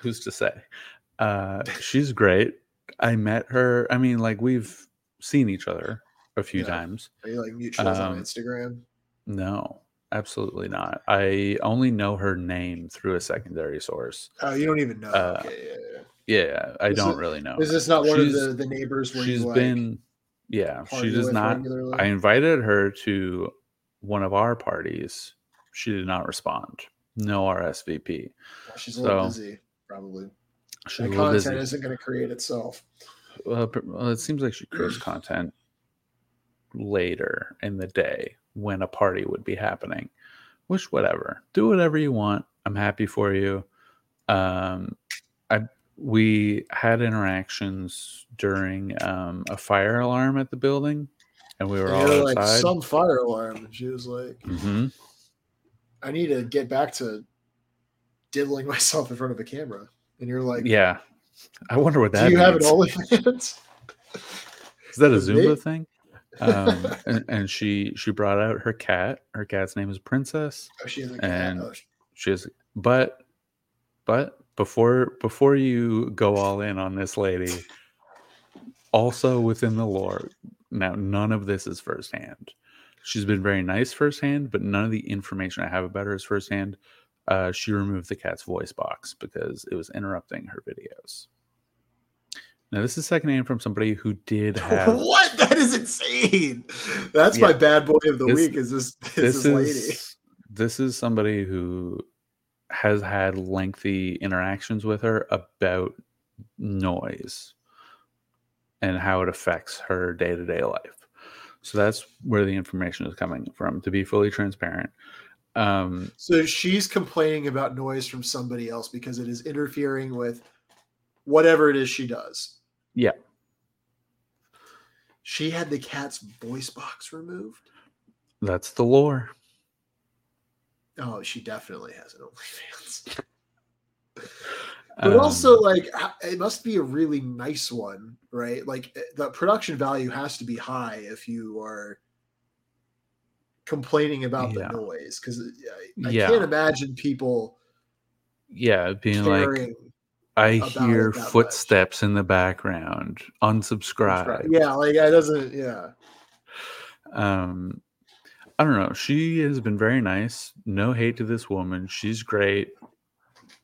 Speaker 2: who's to say? Uh, she's great. I met her. I mean, like we've seen each other a few
Speaker 1: Yeah.
Speaker 2: times.
Speaker 1: Are you like mutuals on
Speaker 2: Um,
Speaker 1: Instagram?
Speaker 2: No, absolutely not. I only know her name through a secondary source.
Speaker 1: Oh, you don't even know.
Speaker 2: uh,
Speaker 1: okay, yeah, yeah,
Speaker 2: Yeah, I
Speaker 1: Is
Speaker 2: don't
Speaker 1: it-
Speaker 2: really know.
Speaker 1: yeah. Is this not one of
Speaker 2: she's-
Speaker 1: the, the neighbors where
Speaker 2: She's
Speaker 1: you like
Speaker 2: been, yeah, she
Speaker 1: party
Speaker 2: does
Speaker 1: with
Speaker 2: not.
Speaker 1: regularly?
Speaker 2: I invited her to one of our parties. She did not respond. No RSVP.
Speaker 1: Well, Oh, she's a little
Speaker 2: so,
Speaker 1: busy, probably.
Speaker 2: She's a
Speaker 1: That
Speaker 2: little
Speaker 1: content
Speaker 2: busy.
Speaker 1: isn't going to create itself.
Speaker 2: Well, pr- well, it seems like
Speaker 1: (clears throat)
Speaker 2: she creates content later in the day when a party would be happening, which, whatever, do whatever you want. I'm happy for you. Um, I we had interactions during um, a fire alarm at the building, and we were
Speaker 1: And they
Speaker 2: all
Speaker 1: were like
Speaker 2: outside.
Speaker 1: some fire alarm, and she was like,
Speaker 2: hmm
Speaker 1: "I need to get back to diddling (laughs) myself in front of a camera." And you're like,
Speaker 2: Yeah, I wonder what that
Speaker 1: "Do you have an
Speaker 2: means.
Speaker 1: OnlyFans?" (laughs)
Speaker 2: Is that a
Speaker 1: Is it?
Speaker 2: Zumba thing? Um, and, and she she brought out her cat. Her cat's name is Princess.
Speaker 1: oh, she has a cat. (laughs)
Speaker 2: And-
Speaker 1: Oh, she-
Speaker 2: she is but but before before you go all in on this lady also within the lore now none of this is firsthand she's been very nice firsthand but none of the information i have about her is firsthand uh, she removed the cat's voice box because it was interrupting her videos now this is secondhand from somebody who did have
Speaker 1: (laughs) what? That is insane. That's my
Speaker 2: Yeah.
Speaker 1: bad boy of the
Speaker 2: This-
Speaker 1: week. Is this (laughs) is this,
Speaker 2: this
Speaker 1: lady?
Speaker 2: is this is somebody who has had lengthy interactions with her about noise and how it affects her day-to-day life so that's where the information is coming from to be fully transparent um
Speaker 1: So she's complaining about noise from somebody else because it is interfering with whatever it is she does.
Speaker 2: Yeah.
Speaker 1: She had the cat's voice box removed.
Speaker 2: that's the lore
Speaker 1: Oh, she definitely has an OnlyFans. But also,
Speaker 2: Um,
Speaker 1: like, h- it must be a really nice one, right? Like, eh, the production value has to be high if you are complaining about
Speaker 2: Yeah.
Speaker 1: the noise. Because I, I
Speaker 2: Yeah.
Speaker 1: can't imagine people
Speaker 2: yeah being like
Speaker 1: caring.
Speaker 2: i
Speaker 1: about it
Speaker 2: hear
Speaker 1: that much.
Speaker 2: footsteps in the background unsubscribe
Speaker 1: Yeah, like, it doesn't, yeah.
Speaker 2: um i don't know she has been very nice no hate to this woman she's great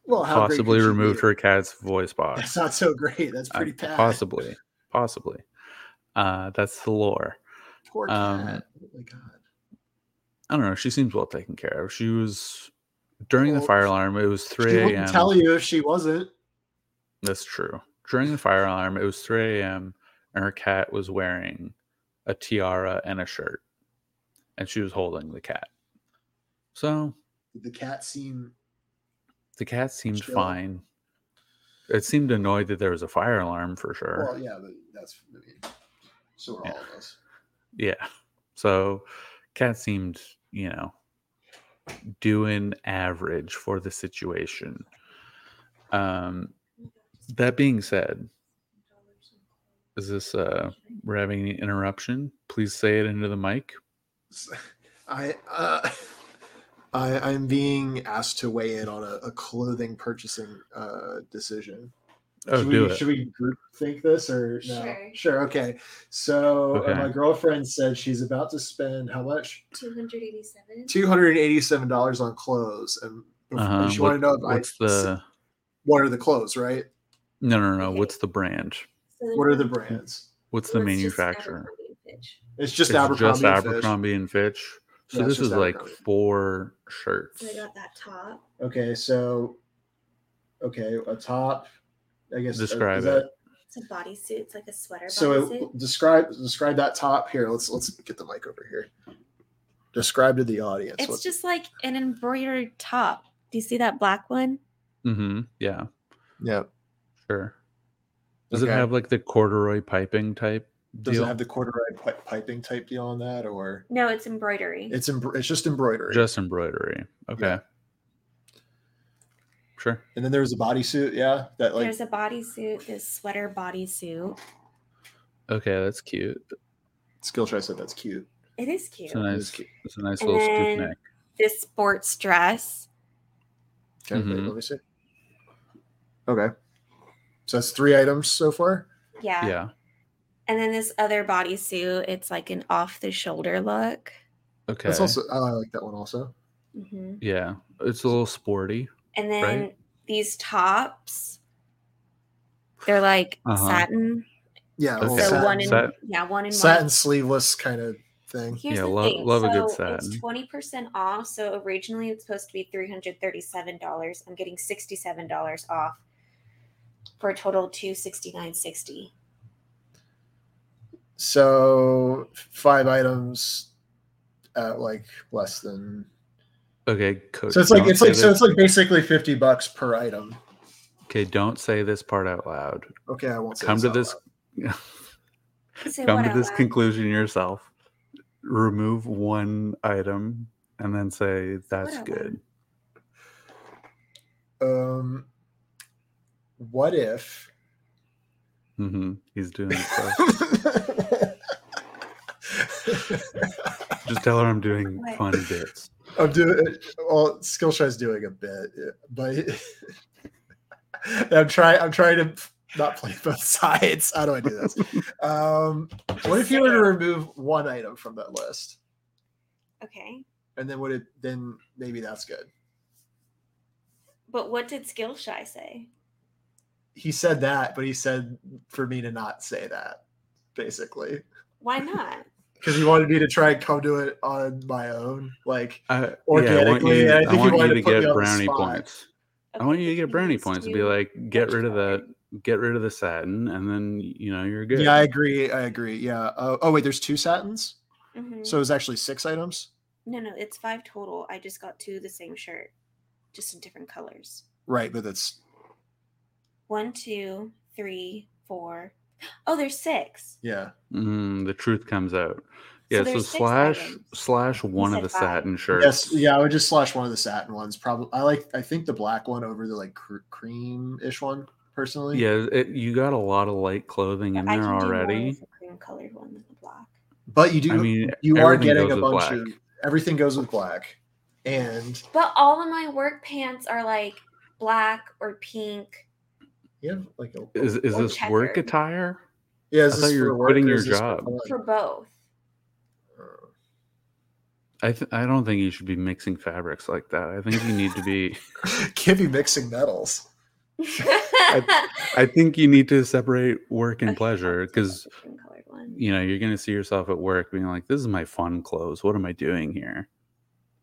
Speaker 1: Well, how great
Speaker 2: possibly
Speaker 1: could she
Speaker 2: removed
Speaker 1: be?
Speaker 2: her cat's voice
Speaker 1: (laughs)
Speaker 2: box
Speaker 1: That's not so great. That's
Speaker 2: I-
Speaker 1: pretty bad.
Speaker 2: possibly possibly uh that's the lore
Speaker 1: Poor cat.
Speaker 2: Um,
Speaker 1: oh my god.
Speaker 2: i don't know she seems well taken care of she was during the
Speaker 1: Well,
Speaker 2: fire alarm it was 3
Speaker 1: She wouldn't
Speaker 2: a.m
Speaker 1: tell you if she wasn't.
Speaker 2: that's true during the fire alarm it was 3 a.m and her cat was wearing a tiara and a shirt and she was holding the cat so
Speaker 1: Did the cat seem?
Speaker 2: The cat seemed
Speaker 1: Chill.
Speaker 2: fine. It seemed annoyed that there was a fire alarm for sure.
Speaker 1: Well, yeah, but that's. I mean, so are all of us.
Speaker 2: yeah. So cat seemed, you know, doing average for the situation. Um, that being said, is this uh we're having an interruption? Please say it into the mic.
Speaker 1: I uh, (laughs) I I'm being asked to weigh in on a, a clothing purchasing uh, decision.
Speaker 2: Oh,
Speaker 1: should
Speaker 2: do
Speaker 1: we,
Speaker 2: it.
Speaker 1: Should we group think this or no?
Speaker 3: Sure.
Speaker 1: Okay. So uh,
Speaker 2: Okay.
Speaker 1: my girlfriend said she's about to spend how much?
Speaker 3: 287.
Speaker 1: Two hundred and eighty-seven dollars on clothes, and bef-
Speaker 2: Uh-huh.
Speaker 1: she
Speaker 2: What-
Speaker 1: wanted to know if
Speaker 2: what's
Speaker 1: I,
Speaker 2: the
Speaker 1: what are the clothes, right?
Speaker 2: no no no?
Speaker 3: Okay.
Speaker 2: What's the brand?
Speaker 3: So
Speaker 1: What are the brands?
Speaker 2: What's the
Speaker 3: Well, it's just
Speaker 2: manufacturer?
Speaker 3: Abercrombie and Fitch.
Speaker 1: It's just
Speaker 2: It's
Speaker 1: Abercrombie.
Speaker 2: just
Speaker 1: and Fitch.
Speaker 2: Abercrombie and Fitch. So
Speaker 1: Yeah, it's
Speaker 2: this
Speaker 1: just
Speaker 2: is like
Speaker 1: Abercrombie.
Speaker 2: four shirts.
Speaker 3: So I got that top.
Speaker 1: Okay, so okay, a top. I guess uh, is
Speaker 2: Describe it.
Speaker 1: that-
Speaker 3: It's a bodysuit. It's like a sweater
Speaker 1: so
Speaker 3: bodysuit.
Speaker 1: it, describe describe that top here. Let's let's get the mic over here. Describe to the audience.
Speaker 3: It's
Speaker 1: what-
Speaker 3: just like an embroidered top. Do you see that black one?
Speaker 2: Mm-hmm. Yeah,
Speaker 1: yeah.
Speaker 2: sure. Does it
Speaker 1: Okay.
Speaker 2: have like the corduroy piping type
Speaker 1: Does
Speaker 2: deal?
Speaker 1: it have the corduroy pi- piping type deal on that, or
Speaker 3: No, it's embroidery.
Speaker 1: it's embro- it's just embroidery?
Speaker 2: just embroidery. Okay. Sure.
Speaker 1: and then there's a bodysuit, yeah. That like
Speaker 3: There's a bodysuit, this sweater bodysuit.
Speaker 2: Okay, that's cute.
Speaker 1: Skillshare said that's cute.
Speaker 3: It is cute.
Speaker 2: It's a
Speaker 1: That's
Speaker 2: nice.
Speaker 1: cute.
Speaker 2: It's a nice
Speaker 3: And
Speaker 2: little scoop
Speaker 3: then-
Speaker 2: neck.
Speaker 3: This sports dress.
Speaker 1: Okay, wait,
Speaker 2: Mhm.
Speaker 1: let me see. Okay, so that's three items so far.
Speaker 3: Yeah.
Speaker 2: Yeah.
Speaker 3: And then this other bodysuit. It's like an off the shoulder look.
Speaker 2: Okay.
Speaker 1: That's also oh, I like that one also.
Speaker 3: Mm-hmm.
Speaker 2: yeah. It's a little sporty.
Speaker 3: And then these tops. They're like
Speaker 2: Uh-huh.
Speaker 3: satin.
Speaker 1: Yeah, a little
Speaker 2: Okay.
Speaker 3: So
Speaker 1: satin.
Speaker 3: one in
Speaker 2: Sat-
Speaker 3: yeah, one in
Speaker 1: satin
Speaker 3: white.
Speaker 1: sleeveless kind of thing.
Speaker 3: Here's
Speaker 2: Yeah,
Speaker 3: the
Speaker 2: lo-
Speaker 3: thing.
Speaker 2: love a
Speaker 3: so
Speaker 2: good
Speaker 3: It's
Speaker 2: satin.
Speaker 3: twenty percent off. So originally it's supposed to be three hundred thirty-seven dollars. I'm getting sixty-seven dollars off for a total of two sixty-nine sixty.
Speaker 1: So five items at like less than.
Speaker 2: Okay. Coach,
Speaker 1: So it's like
Speaker 2: don't
Speaker 1: it's like
Speaker 2: say
Speaker 1: so
Speaker 2: this-
Speaker 1: it's like basically fifty bucks per item.
Speaker 2: okay. Don't say this part out loud.
Speaker 1: Okay, I won't say
Speaker 2: Come to
Speaker 1: out
Speaker 2: this.
Speaker 1: loud.
Speaker 3: So
Speaker 2: come
Speaker 3: what
Speaker 2: to
Speaker 3: I
Speaker 2: this
Speaker 3: like-
Speaker 2: conclusion yourself. Remove one item and then say that's
Speaker 3: What I
Speaker 2: good.
Speaker 1: Um, what
Speaker 2: (laughs)
Speaker 1: if?
Speaker 2: hmm He's doing it. so. Just tell her I'm
Speaker 3: (laughs)
Speaker 2: doing
Speaker 3: What?
Speaker 2: fun bits.
Speaker 1: I'm doing well. Skillshare's doing a bit, yeah, but (laughs) I'm trying. I'm trying to not play both sides. How do I do this? Um, what if you
Speaker 2: (laughs)
Speaker 1: were to remove one item from that list,
Speaker 3: Okay.
Speaker 1: and then would it? Then maybe that's good.
Speaker 3: But what did Skillshy say?
Speaker 1: He said that, but he said for me to not say that, basically,
Speaker 3: Why not?
Speaker 1: because he wanted me to try and come to it on my own. Like
Speaker 2: I, yeah, I want
Speaker 1: Organically,
Speaker 2: you,
Speaker 1: I think
Speaker 2: I
Speaker 1: you
Speaker 2: want you
Speaker 1: wanted
Speaker 2: to
Speaker 1: to put me
Speaker 2: get
Speaker 1: on the
Speaker 2: brownie
Speaker 1: spot.
Speaker 2: points. (laughs) I want you to get brownie points and be like, get
Speaker 3: what
Speaker 2: rid of
Speaker 3: you
Speaker 2: that, get rid of the satin, and then you know you're good.
Speaker 1: yeah, I agree. I agree. Yeah. Uh, oh wait, there's two satins,
Speaker 3: Mhm.
Speaker 1: so it was actually six items.
Speaker 3: no, no, it's five total. I just got two of the same shirt, just in different colors.
Speaker 1: Right, but that's
Speaker 3: One, two, three, four. Oh, there's six.
Speaker 1: yeah.
Speaker 2: Mm, the truth comes out. Yeah, so,
Speaker 3: there's six
Speaker 2: slash
Speaker 3: items.
Speaker 2: slash one of
Speaker 3: said
Speaker 2: the
Speaker 3: five.
Speaker 2: satin shirts.
Speaker 1: Yes, yeah, I would just slash one of the satin ones. Probably, I like. I think the black one over the like cr- cream-ish one, personally.
Speaker 2: Yeah, it, you got a lot of light clothing in
Speaker 3: I
Speaker 2: there
Speaker 3: can do more with
Speaker 2: already.
Speaker 3: the cream colored one than the black.
Speaker 1: but you do.
Speaker 2: I mean,
Speaker 1: you are
Speaker 2: everything
Speaker 1: getting
Speaker 2: goes
Speaker 1: a
Speaker 2: with
Speaker 1: bunch
Speaker 2: black.
Speaker 1: of everything goes with black, and
Speaker 3: But all of my work pants are like black or pink.
Speaker 1: you have like a.
Speaker 2: Is is
Speaker 3: or
Speaker 2: this work
Speaker 3: checkered.
Speaker 2: attire?
Speaker 1: yeah, is this
Speaker 2: I thought you
Speaker 1: for
Speaker 2: were
Speaker 1: work
Speaker 2: quitting
Speaker 1: or
Speaker 2: your
Speaker 1: is this for
Speaker 2: job.
Speaker 3: for
Speaker 1: fun?
Speaker 3: both. (laughs)
Speaker 2: I th- I don't think you should be mixing fabrics like that. I think you need to be.
Speaker 1: (laughs) Can't be mixing metals.
Speaker 2: I think you need to separate work and
Speaker 3: (laughs) Okay,
Speaker 2: pleasure
Speaker 3: I'll take
Speaker 2: because
Speaker 3: the cream colored one.
Speaker 2: you know you're going to see yourself at work being like, "This is my fun clothes. What am I doing here?"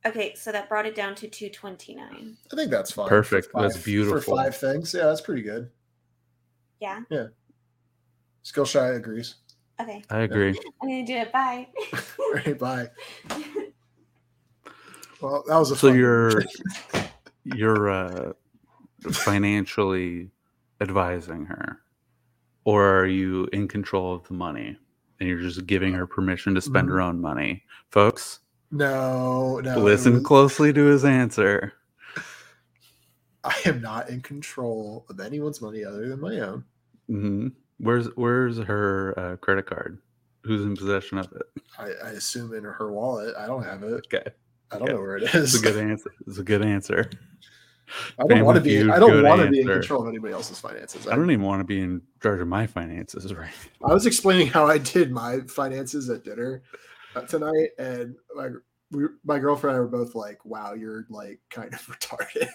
Speaker 3: Okay, so that brought it down to 229.
Speaker 1: I think that's fine. for
Speaker 2: Perfect, that's
Speaker 1: five-
Speaker 2: beautiful.
Speaker 1: For five things, yeah, that's pretty good.
Speaker 3: Yeah.
Speaker 1: Skillshy agrees. (laughs)
Speaker 3: Okay.
Speaker 2: I agree.
Speaker 3: I'm going to do it. Bye. (laughs)
Speaker 1: All right, bye. Well, that was a
Speaker 2: So
Speaker 1: fun-
Speaker 2: you're you're uh, financially advising her, or are you in control of the money and you're just giving her permission to spend her own money, folks?
Speaker 1: no, no. it
Speaker 2: listen
Speaker 1: was-
Speaker 2: closely to his answer.
Speaker 1: I am not in control of anyone's money other than my own.
Speaker 2: hmm Where's Where's her uh, credit card? Who's in possession of it?
Speaker 1: I, I assume in her wallet. I don't have it. (laughs)
Speaker 2: Okay,
Speaker 1: I don't
Speaker 2: Okay.
Speaker 1: know where it
Speaker 2: it's
Speaker 1: is.
Speaker 2: a good answer. It's a good answer.
Speaker 1: (laughs) I don't want to be.
Speaker 2: Family
Speaker 1: I
Speaker 2: Feud,
Speaker 1: don't
Speaker 2: good
Speaker 1: want to be in
Speaker 2: answer.
Speaker 1: control of anybody else's finances.
Speaker 2: I
Speaker 1: I,
Speaker 2: don't even want to be in charge of my finances, (laughs) right?
Speaker 1: I was explaining how I did my finances at dinner uh, tonight, and my we, my girlfriend and I were both like, "Wow, you're like kind of (laughs) retarded."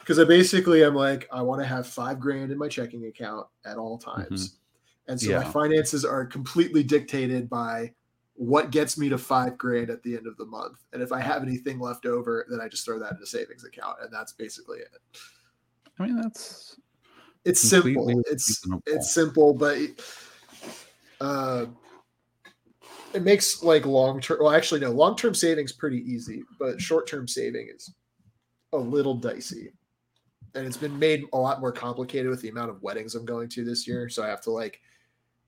Speaker 1: Because I basically am like, I want to have five grand in my checking account at all times, and so my
Speaker 2: Yeah.
Speaker 1: finances are completely dictated by what gets me to five grand at the end of the month. And if I have anything left over, then I just throw that in a savings account, and that's basically it.
Speaker 2: I mean, that's
Speaker 1: it's
Speaker 2: completely
Speaker 1: simple it's
Speaker 2: reasonable.
Speaker 1: it's simple but uh it makes like long term well actually no long term savings pretty easy but short term saving is a little dicey and it's been made a lot more complicated with the amount of weddings i'm going to this year so i have to like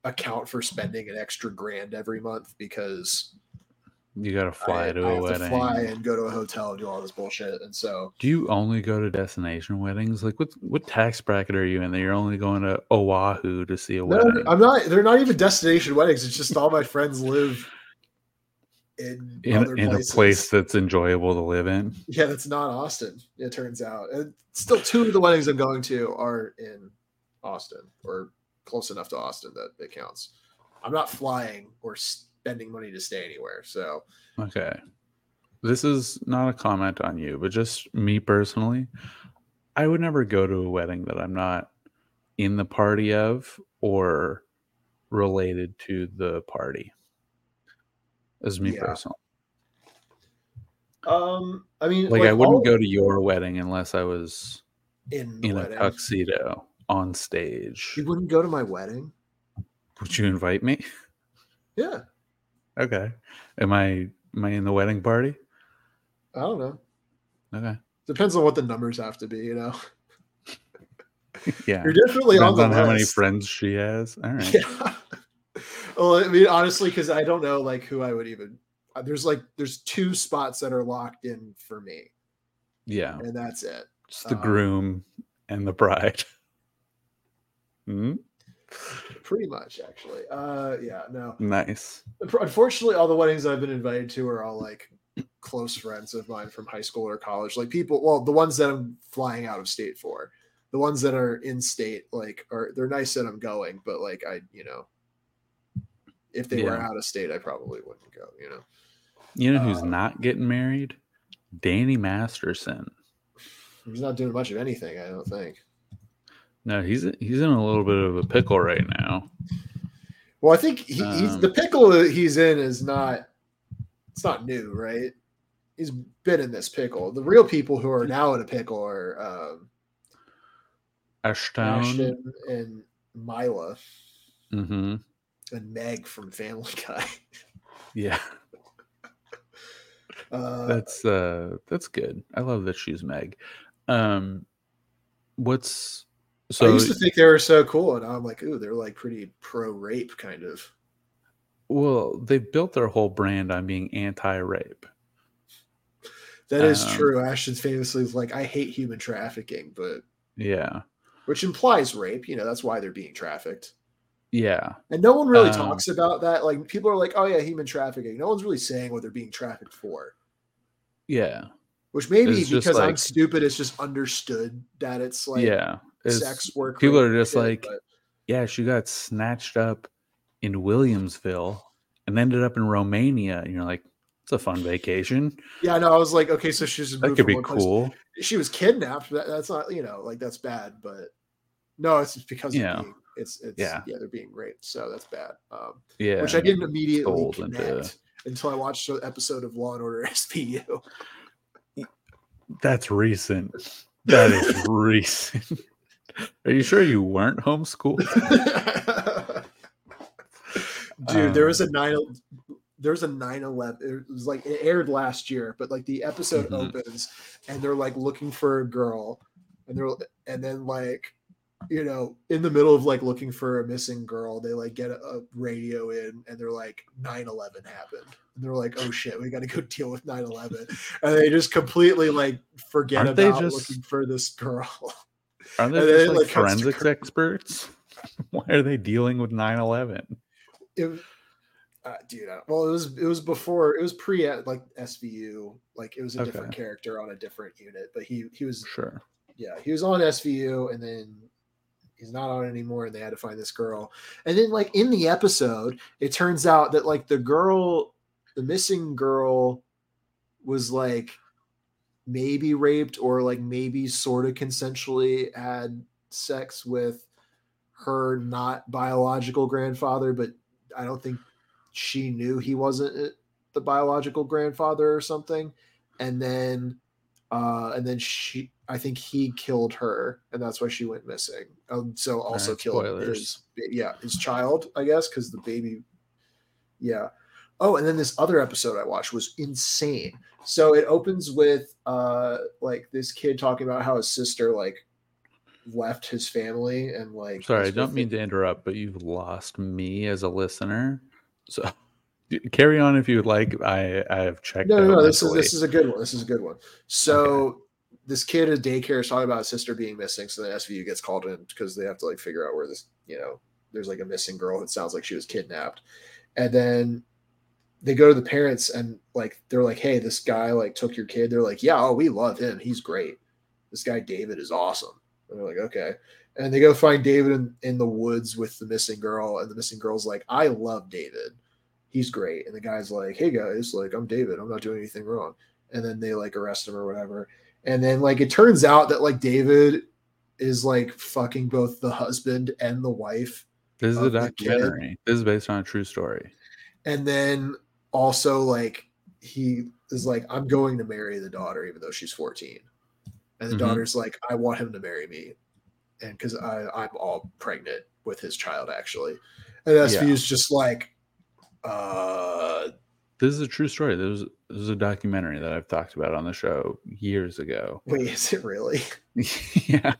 Speaker 1: account for spending an extra grand every month because
Speaker 2: you got to fly
Speaker 1: I,
Speaker 2: to
Speaker 1: I
Speaker 2: a
Speaker 1: have to
Speaker 2: wedding.
Speaker 1: fly and go to a hotel and do all this bullshit and so
Speaker 2: Do you only go to destination weddings? Like, what what tax bracket are you in? That you're only going to Oahu to see
Speaker 1: No,
Speaker 2: a wedding?
Speaker 1: I'm not. They're not even destination weddings. It's just all my friends live in other
Speaker 2: in, in a
Speaker 1: places.
Speaker 2: place that's enjoyable to live in.
Speaker 1: Yeah, that's not Austin. It turns out, and still two of the weddings I'm going to are in Austin or close enough to Austin that it counts. I'm not flying or spending money to stay anywhere. So
Speaker 2: Okay. This is not a comment on you, but just me personally. I would never go to a wedding that I'm not in the party of or related to the party. As me
Speaker 1: Yeah.
Speaker 2: personally.
Speaker 1: um, I mean,
Speaker 2: Like, I wouldn't
Speaker 1: all
Speaker 2: go to your wedding unless I was
Speaker 1: in the
Speaker 2: in a
Speaker 1: wedding.
Speaker 2: tuxedo on stage.
Speaker 1: You wouldn't go to my wedding.
Speaker 2: Would you invite me? (laughs)
Speaker 1: Yeah,
Speaker 2: Okay. Am I am I in the wedding party?
Speaker 1: I don't know.
Speaker 2: Okay.
Speaker 1: Depends on what the numbers have to be. You know,
Speaker 2: Yeah.
Speaker 1: you're definitely
Speaker 2: Depends
Speaker 1: on
Speaker 2: on
Speaker 1: the
Speaker 2: how many
Speaker 1: list.
Speaker 2: friends she has. All right.
Speaker 1: (laughs) Yeah. Well, I mean, honestly, because I don't know like who I would even. uh, There's like there's two spots that are locked in for me,
Speaker 2: yeah.
Speaker 1: and that's it.
Speaker 2: It's the
Speaker 1: Uh,
Speaker 2: groom and the bride. (laughs) Hmm,
Speaker 1: Pretty much, actually. Uh, yeah, no.
Speaker 2: Nice.
Speaker 1: Unf- Unfortunately, all the weddings I've been invited to are all like close friends of mine from high school or college. Like people, well, the ones that I'm flying out of state for, the ones that are in state, like are they're nice that I'm going, but like I, you know, if they were
Speaker 2: Yeah.
Speaker 1: out of state, I probably wouldn't go. You know.
Speaker 2: You know who's
Speaker 1: Uh,
Speaker 2: not getting married? Danny Masterson.
Speaker 1: He's not doing much of anything, I don't think.
Speaker 2: No, he's he's in a little bit of a pickle right now.
Speaker 1: Well, I think he, he's the
Speaker 2: Um,
Speaker 1: pickle that he's in is not it's not new, right? He's been in this pickle. The real people who are now in a pickle are um,
Speaker 2: Ashton.
Speaker 1: Ashton and Mila
Speaker 2: Mm-hmm.
Speaker 1: and Meg from Family (laughs) Guy.
Speaker 2: Yeah,
Speaker 1: Uh,
Speaker 2: (laughs) that's uh that's good. I love that she's Meg. Um, what's
Speaker 1: I
Speaker 2: so?
Speaker 1: used to think they were so cool, and I'm like, ooh, they're like pretty pro rape, kind of.
Speaker 2: Well, they've built their whole brand on being anti-rape.
Speaker 1: That is
Speaker 2: Um,
Speaker 1: true. Ashton's famously was like, I hate human trafficking, but
Speaker 2: Yeah,
Speaker 1: which implies rape. You know, that's why they're being trafficked.
Speaker 2: yeah.
Speaker 1: And no one really
Speaker 2: Um,
Speaker 1: talks about that. Like people are like, "Oh yeah, human trafficking." No one's really saying what they're being trafficked for.
Speaker 2: Yeah,
Speaker 1: Which maybe
Speaker 2: It's just
Speaker 1: because I'm
Speaker 2: like-
Speaker 1: stupid, it's just understood that it's like
Speaker 2: yeah. It's-
Speaker 1: sex work.
Speaker 2: people
Speaker 1: rape,
Speaker 2: are just
Speaker 1: shit,
Speaker 2: like,
Speaker 1: but-
Speaker 2: Yeah, she got snatched up in Williamsville and ended up in Romania. And you're like, it's a fun vacation.
Speaker 1: yeah, no. I was like, okay, so she's just
Speaker 2: That
Speaker 1: moved
Speaker 2: could
Speaker 1: from
Speaker 2: be
Speaker 1: one place-
Speaker 2: cool.
Speaker 1: She was kidnapped. That, that's not you know like that's bad, but no, it's just because
Speaker 2: Yeah.
Speaker 1: of being, it's it's yeah.
Speaker 2: Yeah.
Speaker 1: they're being raped, so that's bad. Um,
Speaker 2: Yeah.
Speaker 1: Which I didn't immediately
Speaker 2: sold into-
Speaker 1: connect until I watched an episode of Law and Order SPU.
Speaker 2: That's recent. That is
Speaker 1: (laughs)
Speaker 2: recent. Are you sure you weren't homeschooled?
Speaker 1: Dude, (laughs) there was a
Speaker 2: Um,
Speaker 1: nine. There was a nine eleven. It was like it aired last year, but like the episode
Speaker 2: Mhm.
Speaker 1: opens and they're like looking for a girl, and they're and then like, you know, in the middle of like looking for a missing girl, they like get a, a radio in and they're like nine eleven happened. and they're like, "Oh shit, we got to go (laughs) deal with 9/11," and they just completely like forget
Speaker 2: Aren't they
Speaker 1: about
Speaker 2: just-
Speaker 1: looking for this girl. (laughs)
Speaker 2: Are they
Speaker 1: And then
Speaker 2: just
Speaker 1: it,
Speaker 2: like,
Speaker 1: like, cuts to
Speaker 2: forensics
Speaker 1: Kirk.
Speaker 2: experts? (laughs) Why are they dealing with 9/11?
Speaker 1: it, uh, dude, I- well, it was it was before it was pre uh, like SVU, like it was a different
Speaker 2: Okay.
Speaker 1: character on a different unit, but he he was
Speaker 2: Sure.
Speaker 1: yeah he was on SVU and then he's not on anymore, and they had to find this girl, and then like in the episode, it turns out that like the girl, the missing girl, was like maybe raped or like maybe sort of consensually had sex with her not biological grandfather, but I don't think she knew he wasn't it- the biological grandfather or something. And then, uh, and then she, I think he killed her, and that's why she went missing. Um, so also
Speaker 2: Alright,
Speaker 1: killed
Speaker 2: spoilers.
Speaker 1: his, yeah, his child, I guess, because the baby, yeah. Oh, and then this other episode I watched was insane. So it opens with uh like this kid talking about how his sister like left his family and like
Speaker 2: Sorry, I
Speaker 1: was
Speaker 2: don't
Speaker 1: with
Speaker 2: mean to interrupt, but you've lost me as a listener. So (laughs) d- carry on if you would like. I I have checked.
Speaker 1: No, no,
Speaker 2: out
Speaker 1: no. This is
Speaker 2: mentally.
Speaker 1: this is a good one. This is a good one. So this kid at daycare is talking about his sister being missing. So then SVU gets called in because they have to like figure out where this, you know, there's like a missing girl that sounds like she was kidnapped. And then they go to the parents and like they're like, hey, this guy like took your kid. They're like, yeah, oh, we love him. He's great. This guy David is awesome. And they're like, okay. And they go find David in, in the woods with the missing girl, and the missing girl's like, I love David he's great. And the guy's like, hey guys, like I'm David, I'm not doing anything wrong. And then they like arrest him or whatever. And then like it turns out that like David is like fucking both the husband and the wife.
Speaker 2: this is a
Speaker 1: of the kid.
Speaker 2: documentary. This is based on a true story.
Speaker 1: And then also like he is like, I'm going to marry the daughter, even though she's 14. And the
Speaker 2: Mhm.
Speaker 1: daughter's like, I want him to marry me. And because I I'm all pregnant with his child actually. And SVU's just like, uh (laughs)
Speaker 2: This is a true story. This is, this is a documentary that I've talked about on the show years ago.
Speaker 1: wait, is it really?
Speaker 2: (laughs)
Speaker 1: (laughs)
Speaker 2: yeah,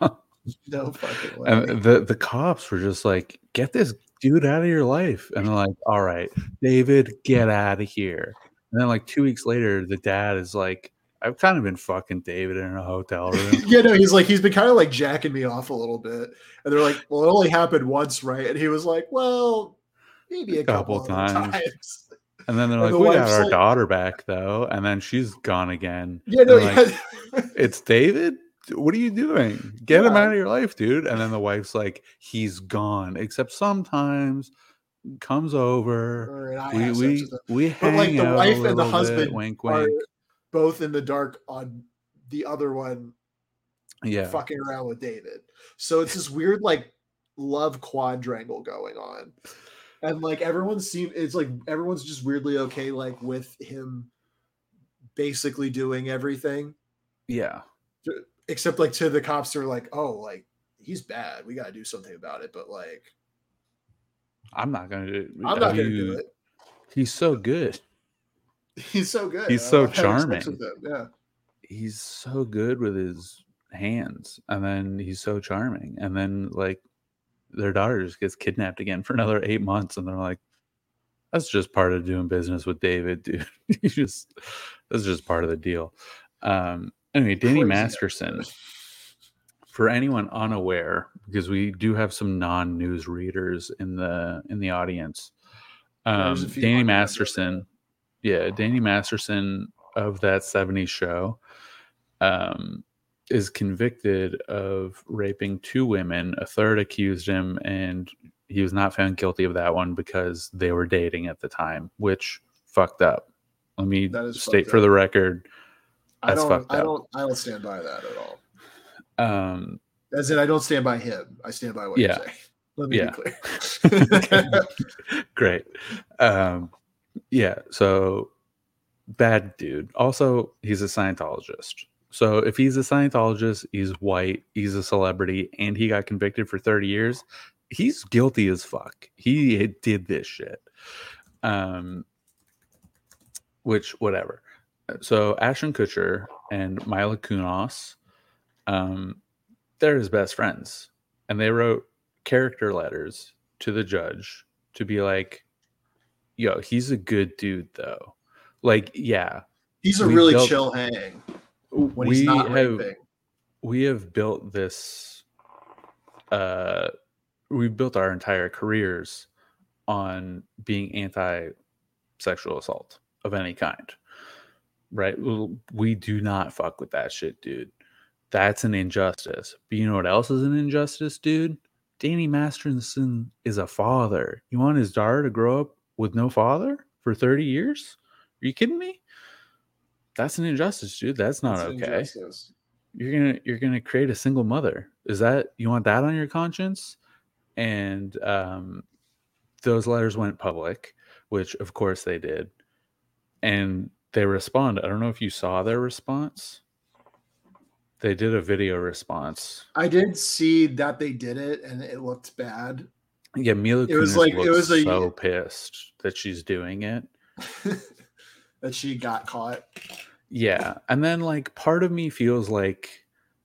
Speaker 1: No fucking way.
Speaker 2: and the the cops were just like, "Get this dude out of your life," and they're like, "All right, David, get out of here." And then like two weeks later, the dad is like, "I've kind of been fucking David in a hotel room."
Speaker 1: yeah, no, he's like he's been kind of like jacking me off a little bit, and they're like, "Well, it only happened once, right?" And he was like, "Well, maybe a, couple, of times." (laughs)
Speaker 2: And then they're
Speaker 1: And
Speaker 2: like,
Speaker 1: the
Speaker 2: we got
Speaker 1: wife's
Speaker 2: our
Speaker 1: like-
Speaker 2: daughter back though, and then she's gone again.
Speaker 1: Yeah, no,
Speaker 2: And, like,
Speaker 1: (laughs)
Speaker 2: It's David. What are you doing? Get him
Speaker 1: Yeah.
Speaker 2: out of your life, dude. And then the wife's like, he's gone. Except sometimes comes over.
Speaker 1: yeah.
Speaker 2: We we we
Speaker 1: But,
Speaker 2: hang
Speaker 1: like, the
Speaker 2: out a
Speaker 1: wife and the
Speaker 2: little bit,
Speaker 1: husband
Speaker 2: Wink,
Speaker 1: are
Speaker 2: wink.
Speaker 1: both in the dark on the other one
Speaker 2: yeah.
Speaker 1: fucking around with David. So it's this weird like love quadrangle going on. And like everyone seem it's like everyone's just weirdly okay like with him basically doing everything
Speaker 2: Yeah.
Speaker 1: except like to the cops they're like oh like he's bad we got to do something about it but like
Speaker 2: I'm not gonna do it.
Speaker 1: i'm
Speaker 2: Are
Speaker 1: not going to
Speaker 2: you-
Speaker 1: do it (laughs)
Speaker 2: He's so good.
Speaker 1: he's so good
Speaker 2: He's
Speaker 1: I
Speaker 2: so
Speaker 1: love having sex
Speaker 2: charming.
Speaker 1: with him, yeah
Speaker 2: he's so good with his hands and then he's so charming and then like their daughter just gets kidnapped again for another eight months and they're like that's just part of doing business with david dude (laughs) you just that's just part of the deal um anyway danny
Speaker 1: Crazy
Speaker 2: masterson
Speaker 1: episode.
Speaker 2: for anyone unaware because we do have some non-news readers in the in the audience um
Speaker 1: There's a few
Speaker 2: danny
Speaker 1: unaware.
Speaker 2: masterson yeah danny masterson of that 70s show um is convicted of raping two women a third accused him and he was not found guilty of that one because they were dating at the time which fucked up let me
Speaker 1: That is
Speaker 2: state
Speaker 1: fucked
Speaker 2: for
Speaker 1: up.
Speaker 2: the record
Speaker 1: i
Speaker 2: That's
Speaker 1: don't
Speaker 2: fucked
Speaker 1: i
Speaker 2: up.
Speaker 1: don't i don't stand by that at all
Speaker 2: um
Speaker 1: as in i don't stand by him i stand by what
Speaker 2: Yeah.
Speaker 1: you say (laughs) let me
Speaker 2: Yeah.
Speaker 1: be clear
Speaker 2: (laughs)
Speaker 1: (laughs)
Speaker 2: Great. Um, yeah. So bad dude. Also, he's a Scientologist. So if he's a Scientologist, he's white, he's a celebrity, and he got convicted for 30 years, he's guilty as fuck. He did this shit. Um, which, whatever. So Ashton Kutcher and Mila Kunis, um, they're his best friends, and they wrote character letters to the judge to be like, yo, he's a good dude though. like yeah
Speaker 1: He's a
Speaker 2: We
Speaker 1: really
Speaker 2: built-
Speaker 1: chill hang when
Speaker 2: we
Speaker 1: he's not
Speaker 2: have
Speaker 1: raping.
Speaker 2: we have built this uh we've built our entire careers on being anti sexual assault of any kind right Well, we do not fuck with that shit dude that's an injustice but you know what else is an injustice dude danny masterson is a father you want his daughter to grow up with no father for 30 years are you kidding me that's an injustice dude that's not
Speaker 1: It's an
Speaker 2: okay
Speaker 1: injustice.
Speaker 2: you're gonna you're gonna create a single mother is that you want that on your conscience and um those letters went public which of course they did and they respond i don't know if you saw their response they did a video response
Speaker 1: I did see that they did it and it looked bad. (laughs)
Speaker 2: yeah mila
Speaker 1: It was
Speaker 2: Kunis
Speaker 1: like- it
Speaker 2: looks
Speaker 1: was a-
Speaker 2: so pissed that she's doing it
Speaker 1: that she got caught.
Speaker 2: Yeah. And then like part of me feels like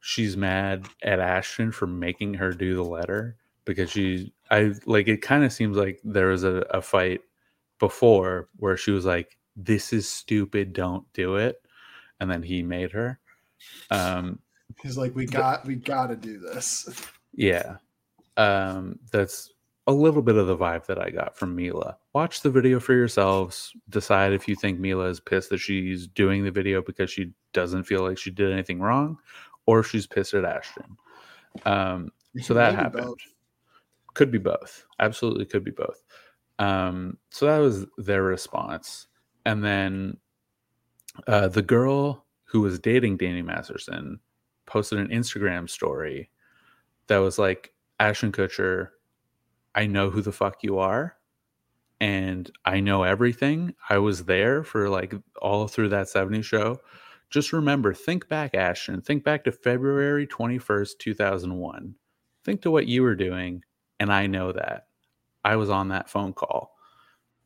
Speaker 2: she's mad at Ashton for making her do the letter because she I like it kind of seems like there was a, a fight before where she was like, This is stupid, don't do it. And then he made her. Um
Speaker 1: He's like, we got, we got to do this.
Speaker 2: yeah. Um, that's a little bit of the vibe that I got from Mila. Watch the video for yourselves. Decide if you think Mila is pissed that she's doing the video because she doesn't feel like she did anything wrong, or if she's pissed at Ashton. Um, so
Speaker 1: (laughs)
Speaker 2: that
Speaker 1: Maybe
Speaker 2: happened.
Speaker 1: both.
Speaker 2: Could be both. Absolutely could be both. Um, so that was their response. And then uh, the girl who was dating Danny Masterson posted an Instagram story that was like, Ashton Kutcher, I know who the fuck you are. And I know everything. I was there for like all through that 70 show. Just remember, think back, Ashton. Think back to February 21st, 2001. Think to what you were doing. And I know that. I was on that phone call.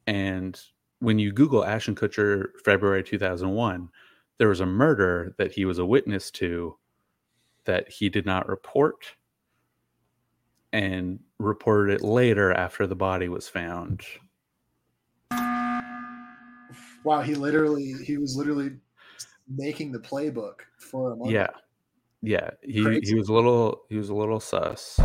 Speaker 2: And when you Google Ashton Kutcher, February 2001, there was a murder that he was a witness to that he did not report and reported it later after the body was found.
Speaker 1: Wow, he literally, he was literally making the playbook for a month.
Speaker 2: Yeah. Yeah. He,
Speaker 1: Crazy.
Speaker 2: he was a little he was a little sus.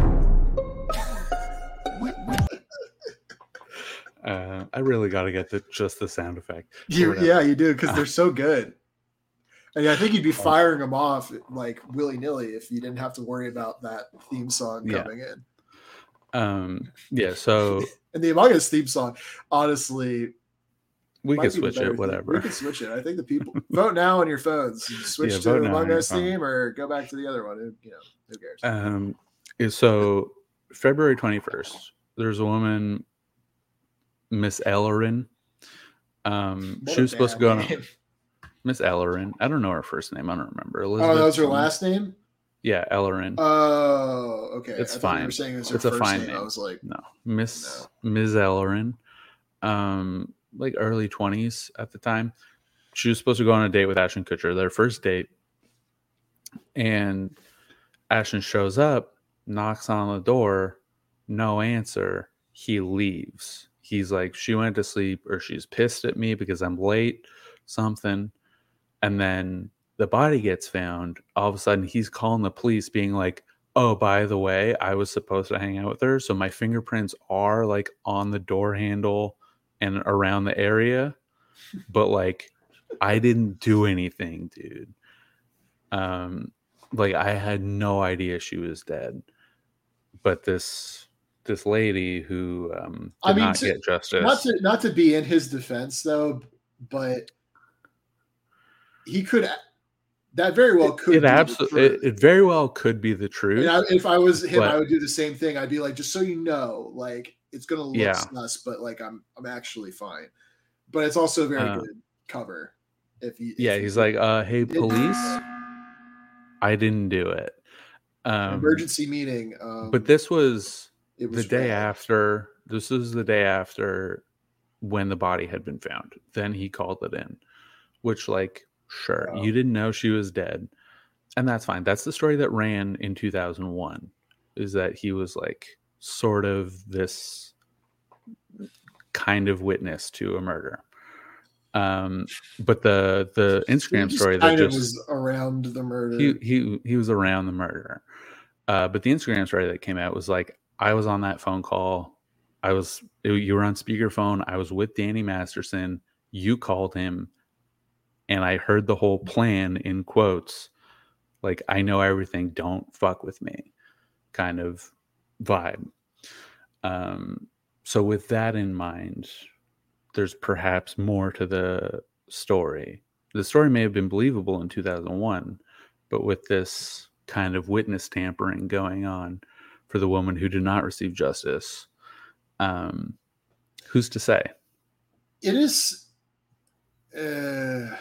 Speaker 2: Uh, I really got to get the just the sound effect.
Speaker 1: You,
Speaker 2: whatever.
Speaker 1: yeah, you do because
Speaker 2: (sighs)
Speaker 1: they're so good. And I think you'd be firing them off like willy nilly if you didn't have to worry about that theme song
Speaker 2: Yeah.
Speaker 1: coming in.
Speaker 2: Um, yeah.
Speaker 1: (laughs)
Speaker 2: So
Speaker 1: And the Among Us theme song, honestly,
Speaker 2: we
Speaker 1: might
Speaker 2: can
Speaker 1: be the
Speaker 2: switch
Speaker 1: better
Speaker 2: it,
Speaker 1: theme.
Speaker 2: whatever.
Speaker 1: We can switch it. I think the people vote now on your
Speaker 2: (laughs)
Speaker 1: phones. You Switch
Speaker 2: Yeah,
Speaker 1: to
Speaker 2: vote
Speaker 1: the
Speaker 2: now on
Speaker 1: Among
Speaker 2: your
Speaker 1: Us
Speaker 2: phone.
Speaker 1: theme or go back to the other one. Who, you know, who cares?
Speaker 2: Um, yeah, so February 21st, there's a woman, Miss Ellerin. Um,
Speaker 1: What a
Speaker 2: she was supposed to
Speaker 1: bad
Speaker 2: go on
Speaker 1: name.
Speaker 2: Miss Ellerin. I don't know her first name. I don't
Speaker 1: (laughs)
Speaker 2: remember.
Speaker 1: Oh, that was her
Speaker 2: something.
Speaker 1: last name.
Speaker 2: Yeah, Ellerin.
Speaker 1: Oh, okay.
Speaker 2: It's
Speaker 1: I thought You were
Speaker 2: fine.
Speaker 1: saying it was her
Speaker 2: It's a
Speaker 1: first
Speaker 2: fine
Speaker 1: name. I
Speaker 2: name.
Speaker 1: was like,
Speaker 2: no, Miss Ms. Ellerin. Um, like early 20s at the time. She was supposed to go on a date with Ashton Kutcher, their first date. And Ashton shows up, knocks on the door, no answer. He leaves. He's like, she went to sleep or she's pissed at me because I'm late, something. And then the body gets found. All of a sudden, he's calling the police, being like, oh, by the way, I was supposed to hang out with her. So my fingerprints are like on the door handle and around the area. But like, I didn't do anything, dude. Um, like I had no idea she was dead. But this this lady who um
Speaker 1: I
Speaker 2: did
Speaker 1: mean,
Speaker 2: not
Speaker 1: to-
Speaker 2: get justice.
Speaker 1: not to not to be in his defense though, but he could that very well could
Speaker 2: it
Speaker 1: be the
Speaker 2: absolutely
Speaker 1: truth.
Speaker 2: it, it very well could be the truth.
Speaker 1: And I, if I was him,
Speaker 2: But-
Speaker 1: I would do the same thing. I'd be like, just so you know, like it's gonna look
Speaker 2: Yeah.
Speaker 1: sus, but like I'm I'm actually fine. But it's also a very
Speaker 2: Uh,
Speaker 1: good cover. If he, if
Speaker 2: yeah,
Speaker 1: he
Speaker 2: he's
Speaker 1: did
Speaker 2: like, uh, hey,
Speaker 1: do
Speaker 2: police,
Speaker 1: that.
Speaker 2: I didn't do it. Um,
Speaker 1: emergency meeting. Um,
Speaker 2: But this was
Speaker 1: it
Speaker 2: the day
Speaker 1: red.
Speaker 2: after. This is the day after when the body had been found. Then he called it in, which, like, sure,
Speaker 1: Wow.
Speaker 2: you didn't know she was dead, and that's fine. That's the story that ran in 2001. Is that he was like sort of this kind of witness to a murder. Um, but the the Instagram
Speaker 1: He
Speaker 2: story
Speaker 1: just kind
Speaker 2: that
Speaker 1: of
Speaker 2: just
Speaker 1: was around the murder.
Speaker 2: he he he was around the murderer. Uh, but the Instagram story that came out was like, I was on that phone call. I was you were on speakerphone. I was with Danny Masterson. You called him, and I heard the whole plan in quotes. Like I know everything. Don't fuck with me, kind of vibe. Um, so with that in mind, there's perhaps more to the story. The story may have been believable in 2001, but with this kind of witness tampering going on for the woman who did not receive justice, um, who's to say?
Speaker 1: it is uh,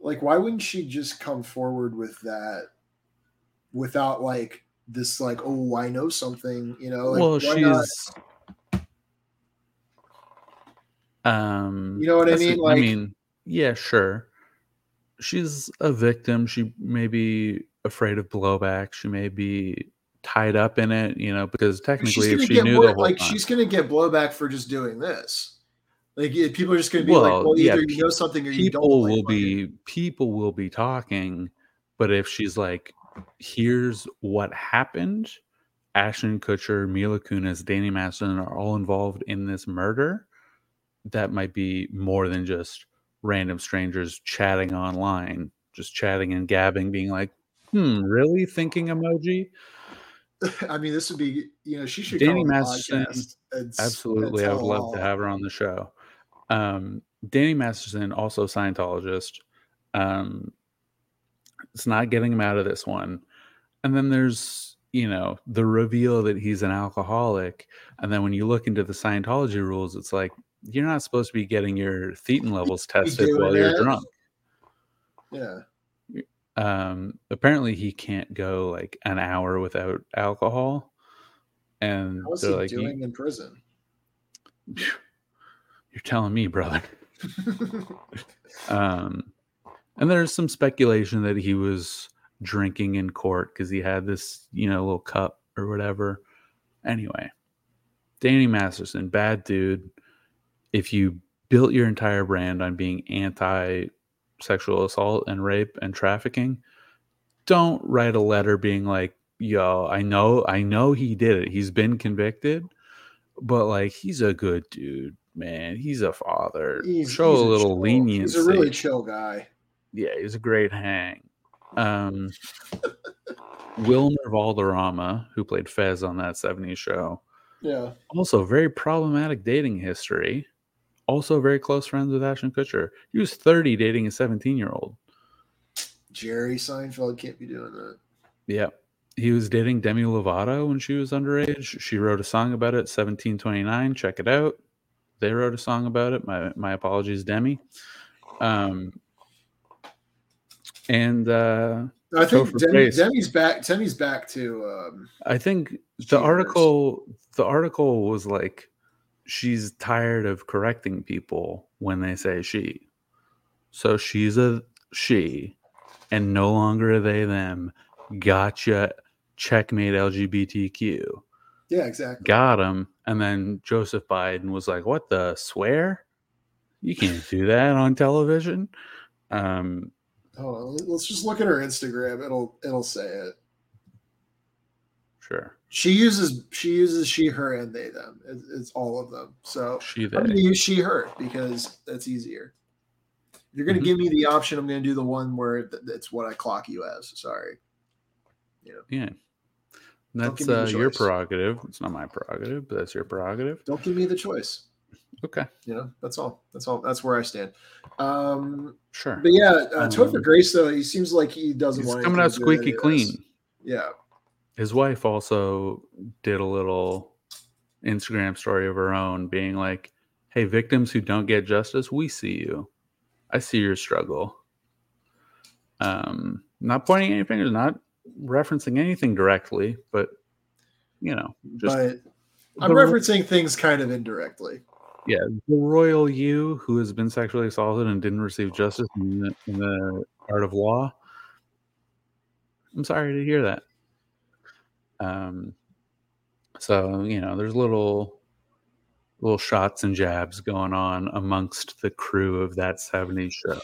Speaker 1: like why wouldn't she just come forward with that without like this like oh i know something you know like
Speaker 2: well,
Speaker 1: why
Speaker 2: she's.
Speaker 1: not?
Speaker 2: Um,
Speaker 1: You know what I
Speaker 2: that's-
Speaker 1: mean? Like-
Speaker 2: I mean, yeah, sure. She's a victim. She may be afraid of blowback. She may be tied up in it, you know, because
Speaker 1: she's
Speaker 2: technically,
Speaker 1: gonna
Speaker 2: if she
Speaker 1: get
Speaker 2: knew
Speaker 1: more,
Speaker 2: the whole
Speaker 1: like
Speaker 2: time,
Speaker 1: she's gonna get blowback for just doing this like yeah, people are just gonna be like
Speaker 2: Well,
Speaker 1: well
Speaker 2: yeah,
Speaker 1: either you know something or you don't
Speaker 2: people
Speaker 1: like
Speaker 2: will
Speaker 1: fucking-
Speaker 2: be people will be talking but if she's like here's what happened ashton kutcher mila kunis danny masterson are all involved in this murder that might be more than just random strangers chatting online just chatting and gabbing being like hmm really thinking emoji
Speaker 1: (laughs) i mean this would be you know she should
Speaker 2: Danny
Speaker 1: come on the
Speaker 2: Masterson,
Speaker 1: podcast and s- and
Speaker 2: Absolutely. I would
Speaker 1: tell
Speaker 2: love
Speaker 1: all.
Speaker 2: to have her on the show. Um, Danny Masterson, also Scientologist. Um, it's not getting him out of this one. And then there's, you know, the reveal that he's an alcoholic. And then when you look into the Scientology rules, it's like, you're not supposed to be getting your
Speaker 1: (laughs)
Speaker 2: thetan levels tested
Speaker 1: doing
Speaker 2: while you're
Speaker 1: that?
Speaker 2: drunk.
Speaker 1: yeah
Speaker 2: Um, apparently, he can't go like an hour without alcohol. And
Speaker 1: what's he
Speaker 2: they're like, "You-
Speaker 1: doing in prison
Speaker 2: (laughs)
Speaker 1: (laughs)
Speaker 2: you're telling me, brother. Um, and there's some speculation that he was drinking in court because he had this, you know, little cup or whatever. Anyway, Danny Masterson, bad dude. If you built your entire brand on being anti sexual assault and rape and trafficking, don't write a letter being like, yo, I know, I know he did it. He's been convicted, but like, he's a good dude, man. He's a father.
Speaker 1: He's-
Speaker 2: Show
Speaker 1: he's
Speaker 2: a little
Speaker 1: chill-
Speaker 2: leniency
Speaker 1: He's a really chill guy.
Speaker 2: yeah, he's a great hang. Um, Wilmer Valderrama, who played Fez on that 70s show,
Speaker 1: Yeah.
Speaker 2: also very problematic dating history. Also very close friends with Ashton Kutcher. He was 30 dating a 17 year old.
Speaker 1: Jerry Seinfeld can't be doing that.
Speaker 2: Yeah. He was dating Demi Lovato when she was underage. She wrote a song about it, 1729. Check it out. They wrote a song about it. My my apologies, Demi. Um and uh
Speaker 1: I think
Speaker 2: Topher
Speaker 1: Demi,
Speaker 2: Grace.
Speaker 1: Demi's back. Demi's back to. Um,
Speaker 2: I think the
Speaker 1: Cheaters.
Speaker 2: article the article was like she's tired of correcting people when they say she. So she's a she and no longer a they them. Gotcha. Checkmate LGBTQ.
Speaker 1: yeah, exactly.
Speaker 2: Got him. And then Joseph Biden was like, What the swear? You can't do that on television. Um
Speaker 1: Hold on. let- Let's just look at her Instagram. It'll it'll say it.
Speaker 2: sure.
Speaker 1: She uses she uses she her and they them. It's, it's all of them. So
Speaker 2: She
Speaker 1: I'm gonna
Speaker 2: they
Speaker 1: use she her because that's easier. You're gonna
Speaker 2: Mhm.
Speaker 1: give me the option. I'm gonna do the one where th- that's what I clock you as. Sorry.
Speaker 2: yeah.
Speaker 1: Don't give
Speaker 2: That's
Speaker 1: me the
Speaker 2: uh, your
Speaker 1: choice.
Speaker 2: prerogative. It's not my prerogative, but that's your prerogative.
Speaker 1: Don't give me the choice.
Speaker 2: Okay,
Speaker 1: You know. That's all. That's all. That's where I stand. Um,
Speaker 2: sure.
Speaker 1: But yeah, uh, Topher
Speaker 2: Um,
Speaker 1: Grace though he seems like he doesn't
Speaker 2: He's
Speaker 1: want
Speaker 2: coming out
Speaker 1: anything to do with
Speaker 2: squeaky
Speaker 1: any of this.
Speaker 2: clean.
Speaker 1: Yeah,
Speaker 2: His wife also did a little Instagram story of her own, being like, "Hey, victims who don't get justice, we see you. I see your struggle." Um, not pointing any fingers, not referencing anything directly, but you know, just
Speaker 1: but I'm
Speaker 2: the-
Speaker 1: referencing things kind of indirectly.
Speaker 2: yeah, the royal you who has been sexually assaulted and didn't receive justice in the, in the art of law. I'm sorry to hear that. Um, so you know, there's little little shots and jabs going on amongst the crew of that 70s show.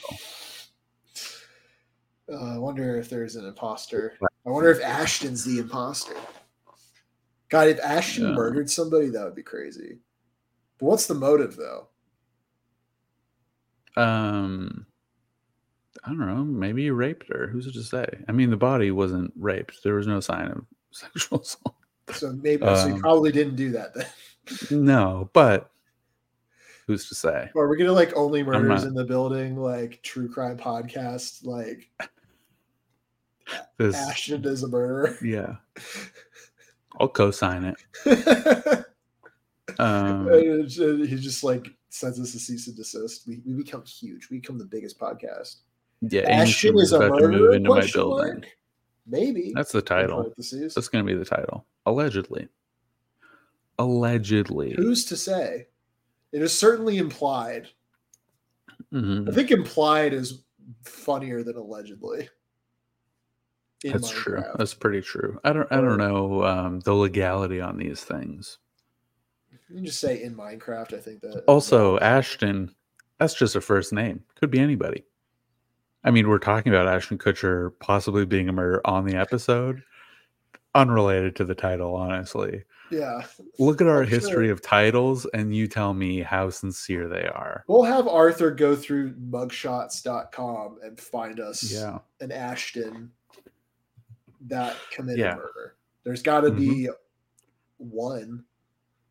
Speaker 1: Uh, I wonder if there's an imposter. I wonder if Ashton's the imposter. God, if Ashton
Speaker 2: Yeah.
Speaker 1: murdered somebody, that would be crazy. But what's the motive though?
Speaker 2: Um, I don't know. Maybe he raped her. Who's to say? I mean, the body wasn't raped. There was no sign of (laughs) sexual assault.
Speaker 1: So maybe so he
Speaker 2: Um,
Speaker 1: probably didn't do that then. (laughs)
Speaker 2: No, but who's to say?
Speaker 1: Or we're gonna like only murders
Speaker 2: not-
Speaker 1: in the building, like true crime podcast, like
Speaker 2: This,
Speaker 1: Ashton is a
Speaker 2: (laughs)
Speaker 1: murderer.
Speaker 2: yeah, I'll co-sign it.
Speaker 1: And
Speaker 2: Um,
Speaker 1: Uh, it's- and he just like sends us a cease and desist. We, we become huge. We become the biggest podcast.
Speaker 2: yeah, Amy
Speaker 1: Ashton
Speaker 2: Schumer's
Speaker 1: is a
Speaker 2: about to move
Speaker 1: murderer?
Speaker 2: into my
Speaker 1: question
Speaker 2: building.
Speaker 1: mark? Maybe
Speaker 2: That's the title.
Speaker 1: Parentheses.
Speaker 2: That's going to be the title. Allegedly. Allegedly.
Speaker 1: Who's to say? It is certainly implied.
Speaker 2: Mhm.
Speaker 1: I think implied is funnier than allegedly. in
Speaker 2: That's true.
Speaker 1: Minecraft.
Speaker 2: That's pretty true. I don't. I
Speaker 1: Or-
Speaker 2: don't know um, the legality on these things.
Speaker 1: You can just say in Minecraft. I think that
Speaker 2: Also, Ashton. That's just a first name. Could be anybody. I mean, we're talking about Ashton Kutcher possibly being a murderer on the episode, unrelated to the title. Honestly,
Speaker 1: yeah,
Speaker 2: look at our
Speaker 1: I'm sure.
Speaker 2: history of titles, and you tell me how sincere they are.
Speaker 1: we'll have Arthur go through mugshots.com and find us
Speaker 2: Yeah.
Speaker 1: an Ashton that committed
Speaker 2: Yeah. Mm-hmm.
Speaker 1: murder. There's got to be one.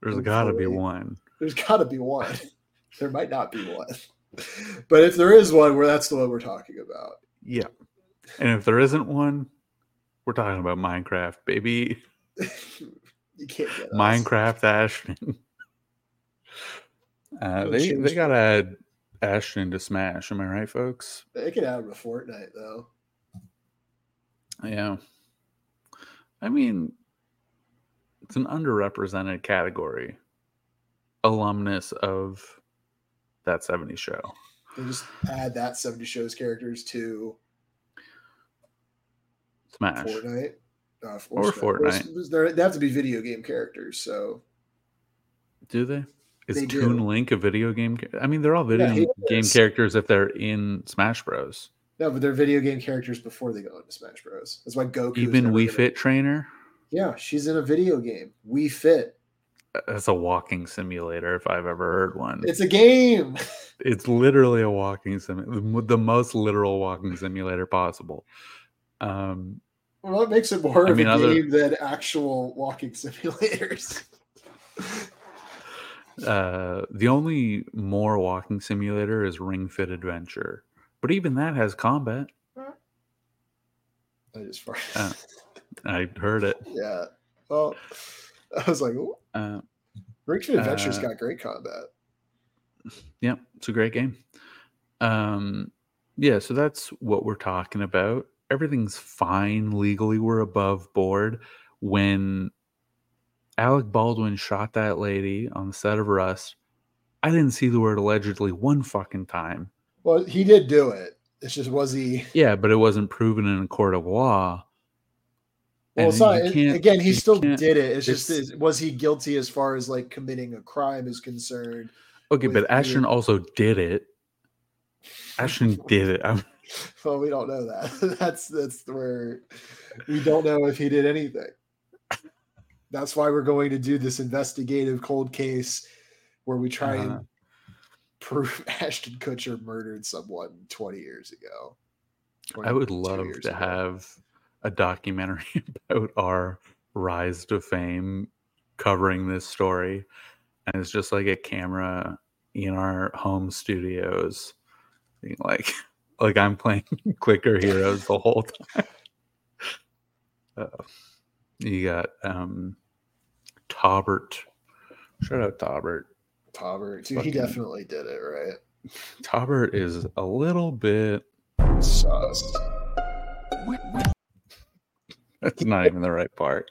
Speaker 2: There's got to be
Speaker 1: Hopefully.
Speaker 2: one.
Speaker 1: There's got to be one. (laughs) there might not be one, but if there is one, where that's the one we're talking about. (laughs)
Speaker 2: Yeah. And if there isn't one, we're talking about Minecraft, baby.
Speaker 1: you can't get us.
Speaker 2: Minecraft Ashton. (laughs) Uh,
Speaker 1: We'll
Speaker 2: they
Speaker 1: change
Speaker 2: they got to add Ashton to Smash. Am I right, folks?
Speaker 1: They could add him to Fortnite though.
Speaker 2: Yeah. I mean, it's an underrepresented category. Alumnus of that 70 show.
Speaker 1: They just add that 70 shows characters to
Speaker 2: Smash.
Speaker 1: Fortnite. Uh,
Speaker 2: Or
Speaker 1: Smash. They're- They have to be video game characters, so
Speaker 2: Do they? Is
Speaker 1: They
Speaker 2: Toon
Speaker 1: do.
Speaker 2: Link a video game? Char- I mean, they're all video
Speaker 1: he
Speaker 2: game
Speaker 1: is.
Speaker 2: characters if they're in Smash Bros.
Speaker 1: no, but they're video game characters before they go into Smash Bros. That's why Goku.
Speaker 2: Even Wii Fit Trainer.
Speaker 1: Yeah, she's in a video game. We Fit.
Speaker 2: That's a walking simulator if I've ever heard one. It's,
Speaker 1: It's a game. (laughs)
Speaker 2: literally a walking simulator, the most literal walking simulator possible. Um,
Speaker 1: What makes it more
Speaker 2: I
Speaker 1: of
Speaker 2: mean,
Speaker 1: a
Speaker 2: other-
Speaker 1: game than actual walking (laughs) simulators? (laughs)
Speaker 2: uh, the only more walking simulator is Ring Fit Adventure, but even that has combat.
Speaker 1: I just farted.
Speaker 2: Oh. I heard it.
Speaker 1: Yeah. Well, I was like, "Ooh,
Speaker 2: Uh,
Speaker 1: Ring Fit Adventure's
Speaker 2: Uh,
Speaker 1: got great combat.
Speaker 2: yeah, it's a great game. Um, yeah, so that's what we're talking about. Everything's fine legally. We're above board. When Alec Baldwin shot that lady on the set of Rust, I didn't see the word allegedly one fucking time.
Speaker 1: Well, he did do it. It's just was he?
Speaker 2: Yeah, but it wasn't proven in a court of law.
Speaker 1: Well,
Speaker 2: And
Speaker 1: it's not,
Speaker 2: you
Speaker 1: it-
Speaker 2: can't-
Speaker 1: again, he
Speaker 2: you
Speaker 1: still
Speaker 2: can't-
Speaker 1: did it. It's, just
Speaker 2: it's-
Speaker 1: is- was he guilty as far as like committing a crime is concerned?
Speaker 2: Okay,
Speaker 1: with
Speaker 2: but
Speaker 1: the-
Speaker 2: Ashton also did it. Ashton did it. I'm,
Speaker 1: (laughs) Well, we don't know that. (laughs) that's that's where we don't know if he did anything. That's why we're going to do this investigative cold case where we try
Speaker 2: Uh-huh.
Speaker 1: and prove (laughs) Ashton Kutcher murdered someone 20 years ago.
Speaker 2: I would
Speaker 1: 22
Speaker 2: love
Speaker 1: years
Speaker 2: to
Speaker 1: ago.
Speaker 2: have a documentary (laughs) about our rise to fame covering this story. And it's just like a camera in our home studios being like (laughs) like I'm playing (laughs) clicker heroes the whole time. (laughs) Uh, you got um Tobert. Shout out Tobert.
Speaker 1: Tauber. Dude, he
Speaker 2: Fucking-
Speaker 1: definitely did it, right?
Speaker 2: Tobert is a little bit
Speaker 1: Sus.
Speaker 2: That's not even the right part.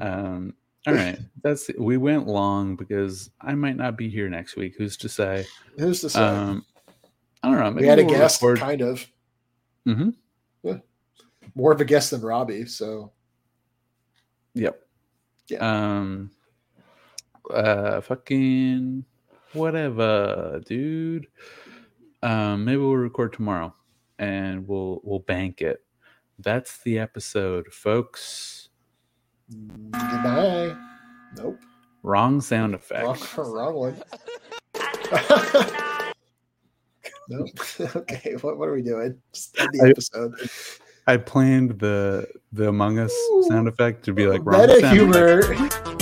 Speaker 2: Um, all right, that's we went long because I might not be here next week. Who's to say?
Speaker 1: Who's to say?
Speaker 2: Um, I don't know.
Speaker 1: we had a
Speaker 2: we'll
Speaker 1: guest,
Speaker 2: record-
Speaker 1: kind of.
Speaker 2: Mhm.
Speaker 1: More of a guest than Robbie, so
Speaker 2: Yep.
Speaker 1: Yeah.
Speaker 2: Um, uh fucking whatever, dude. Um, maybe we'll record tomorrow and we'll we'll bank it. That's the episode, folks.
Speaker 1: mm, Goodbye. Nope.
Speaker 2: Wrong sound effect.
Speaker 1: Wrong, wrong one. nope. (laughs) okay. What, what are we doing? Just end the
Speaker 2: I-
Speaker 1: episode.
Speaker 2: I planned the the Among Us sound effect to be like wrong
Speaker 1: Meta
Speaker 2: sound effect.
Speaker 1: humor.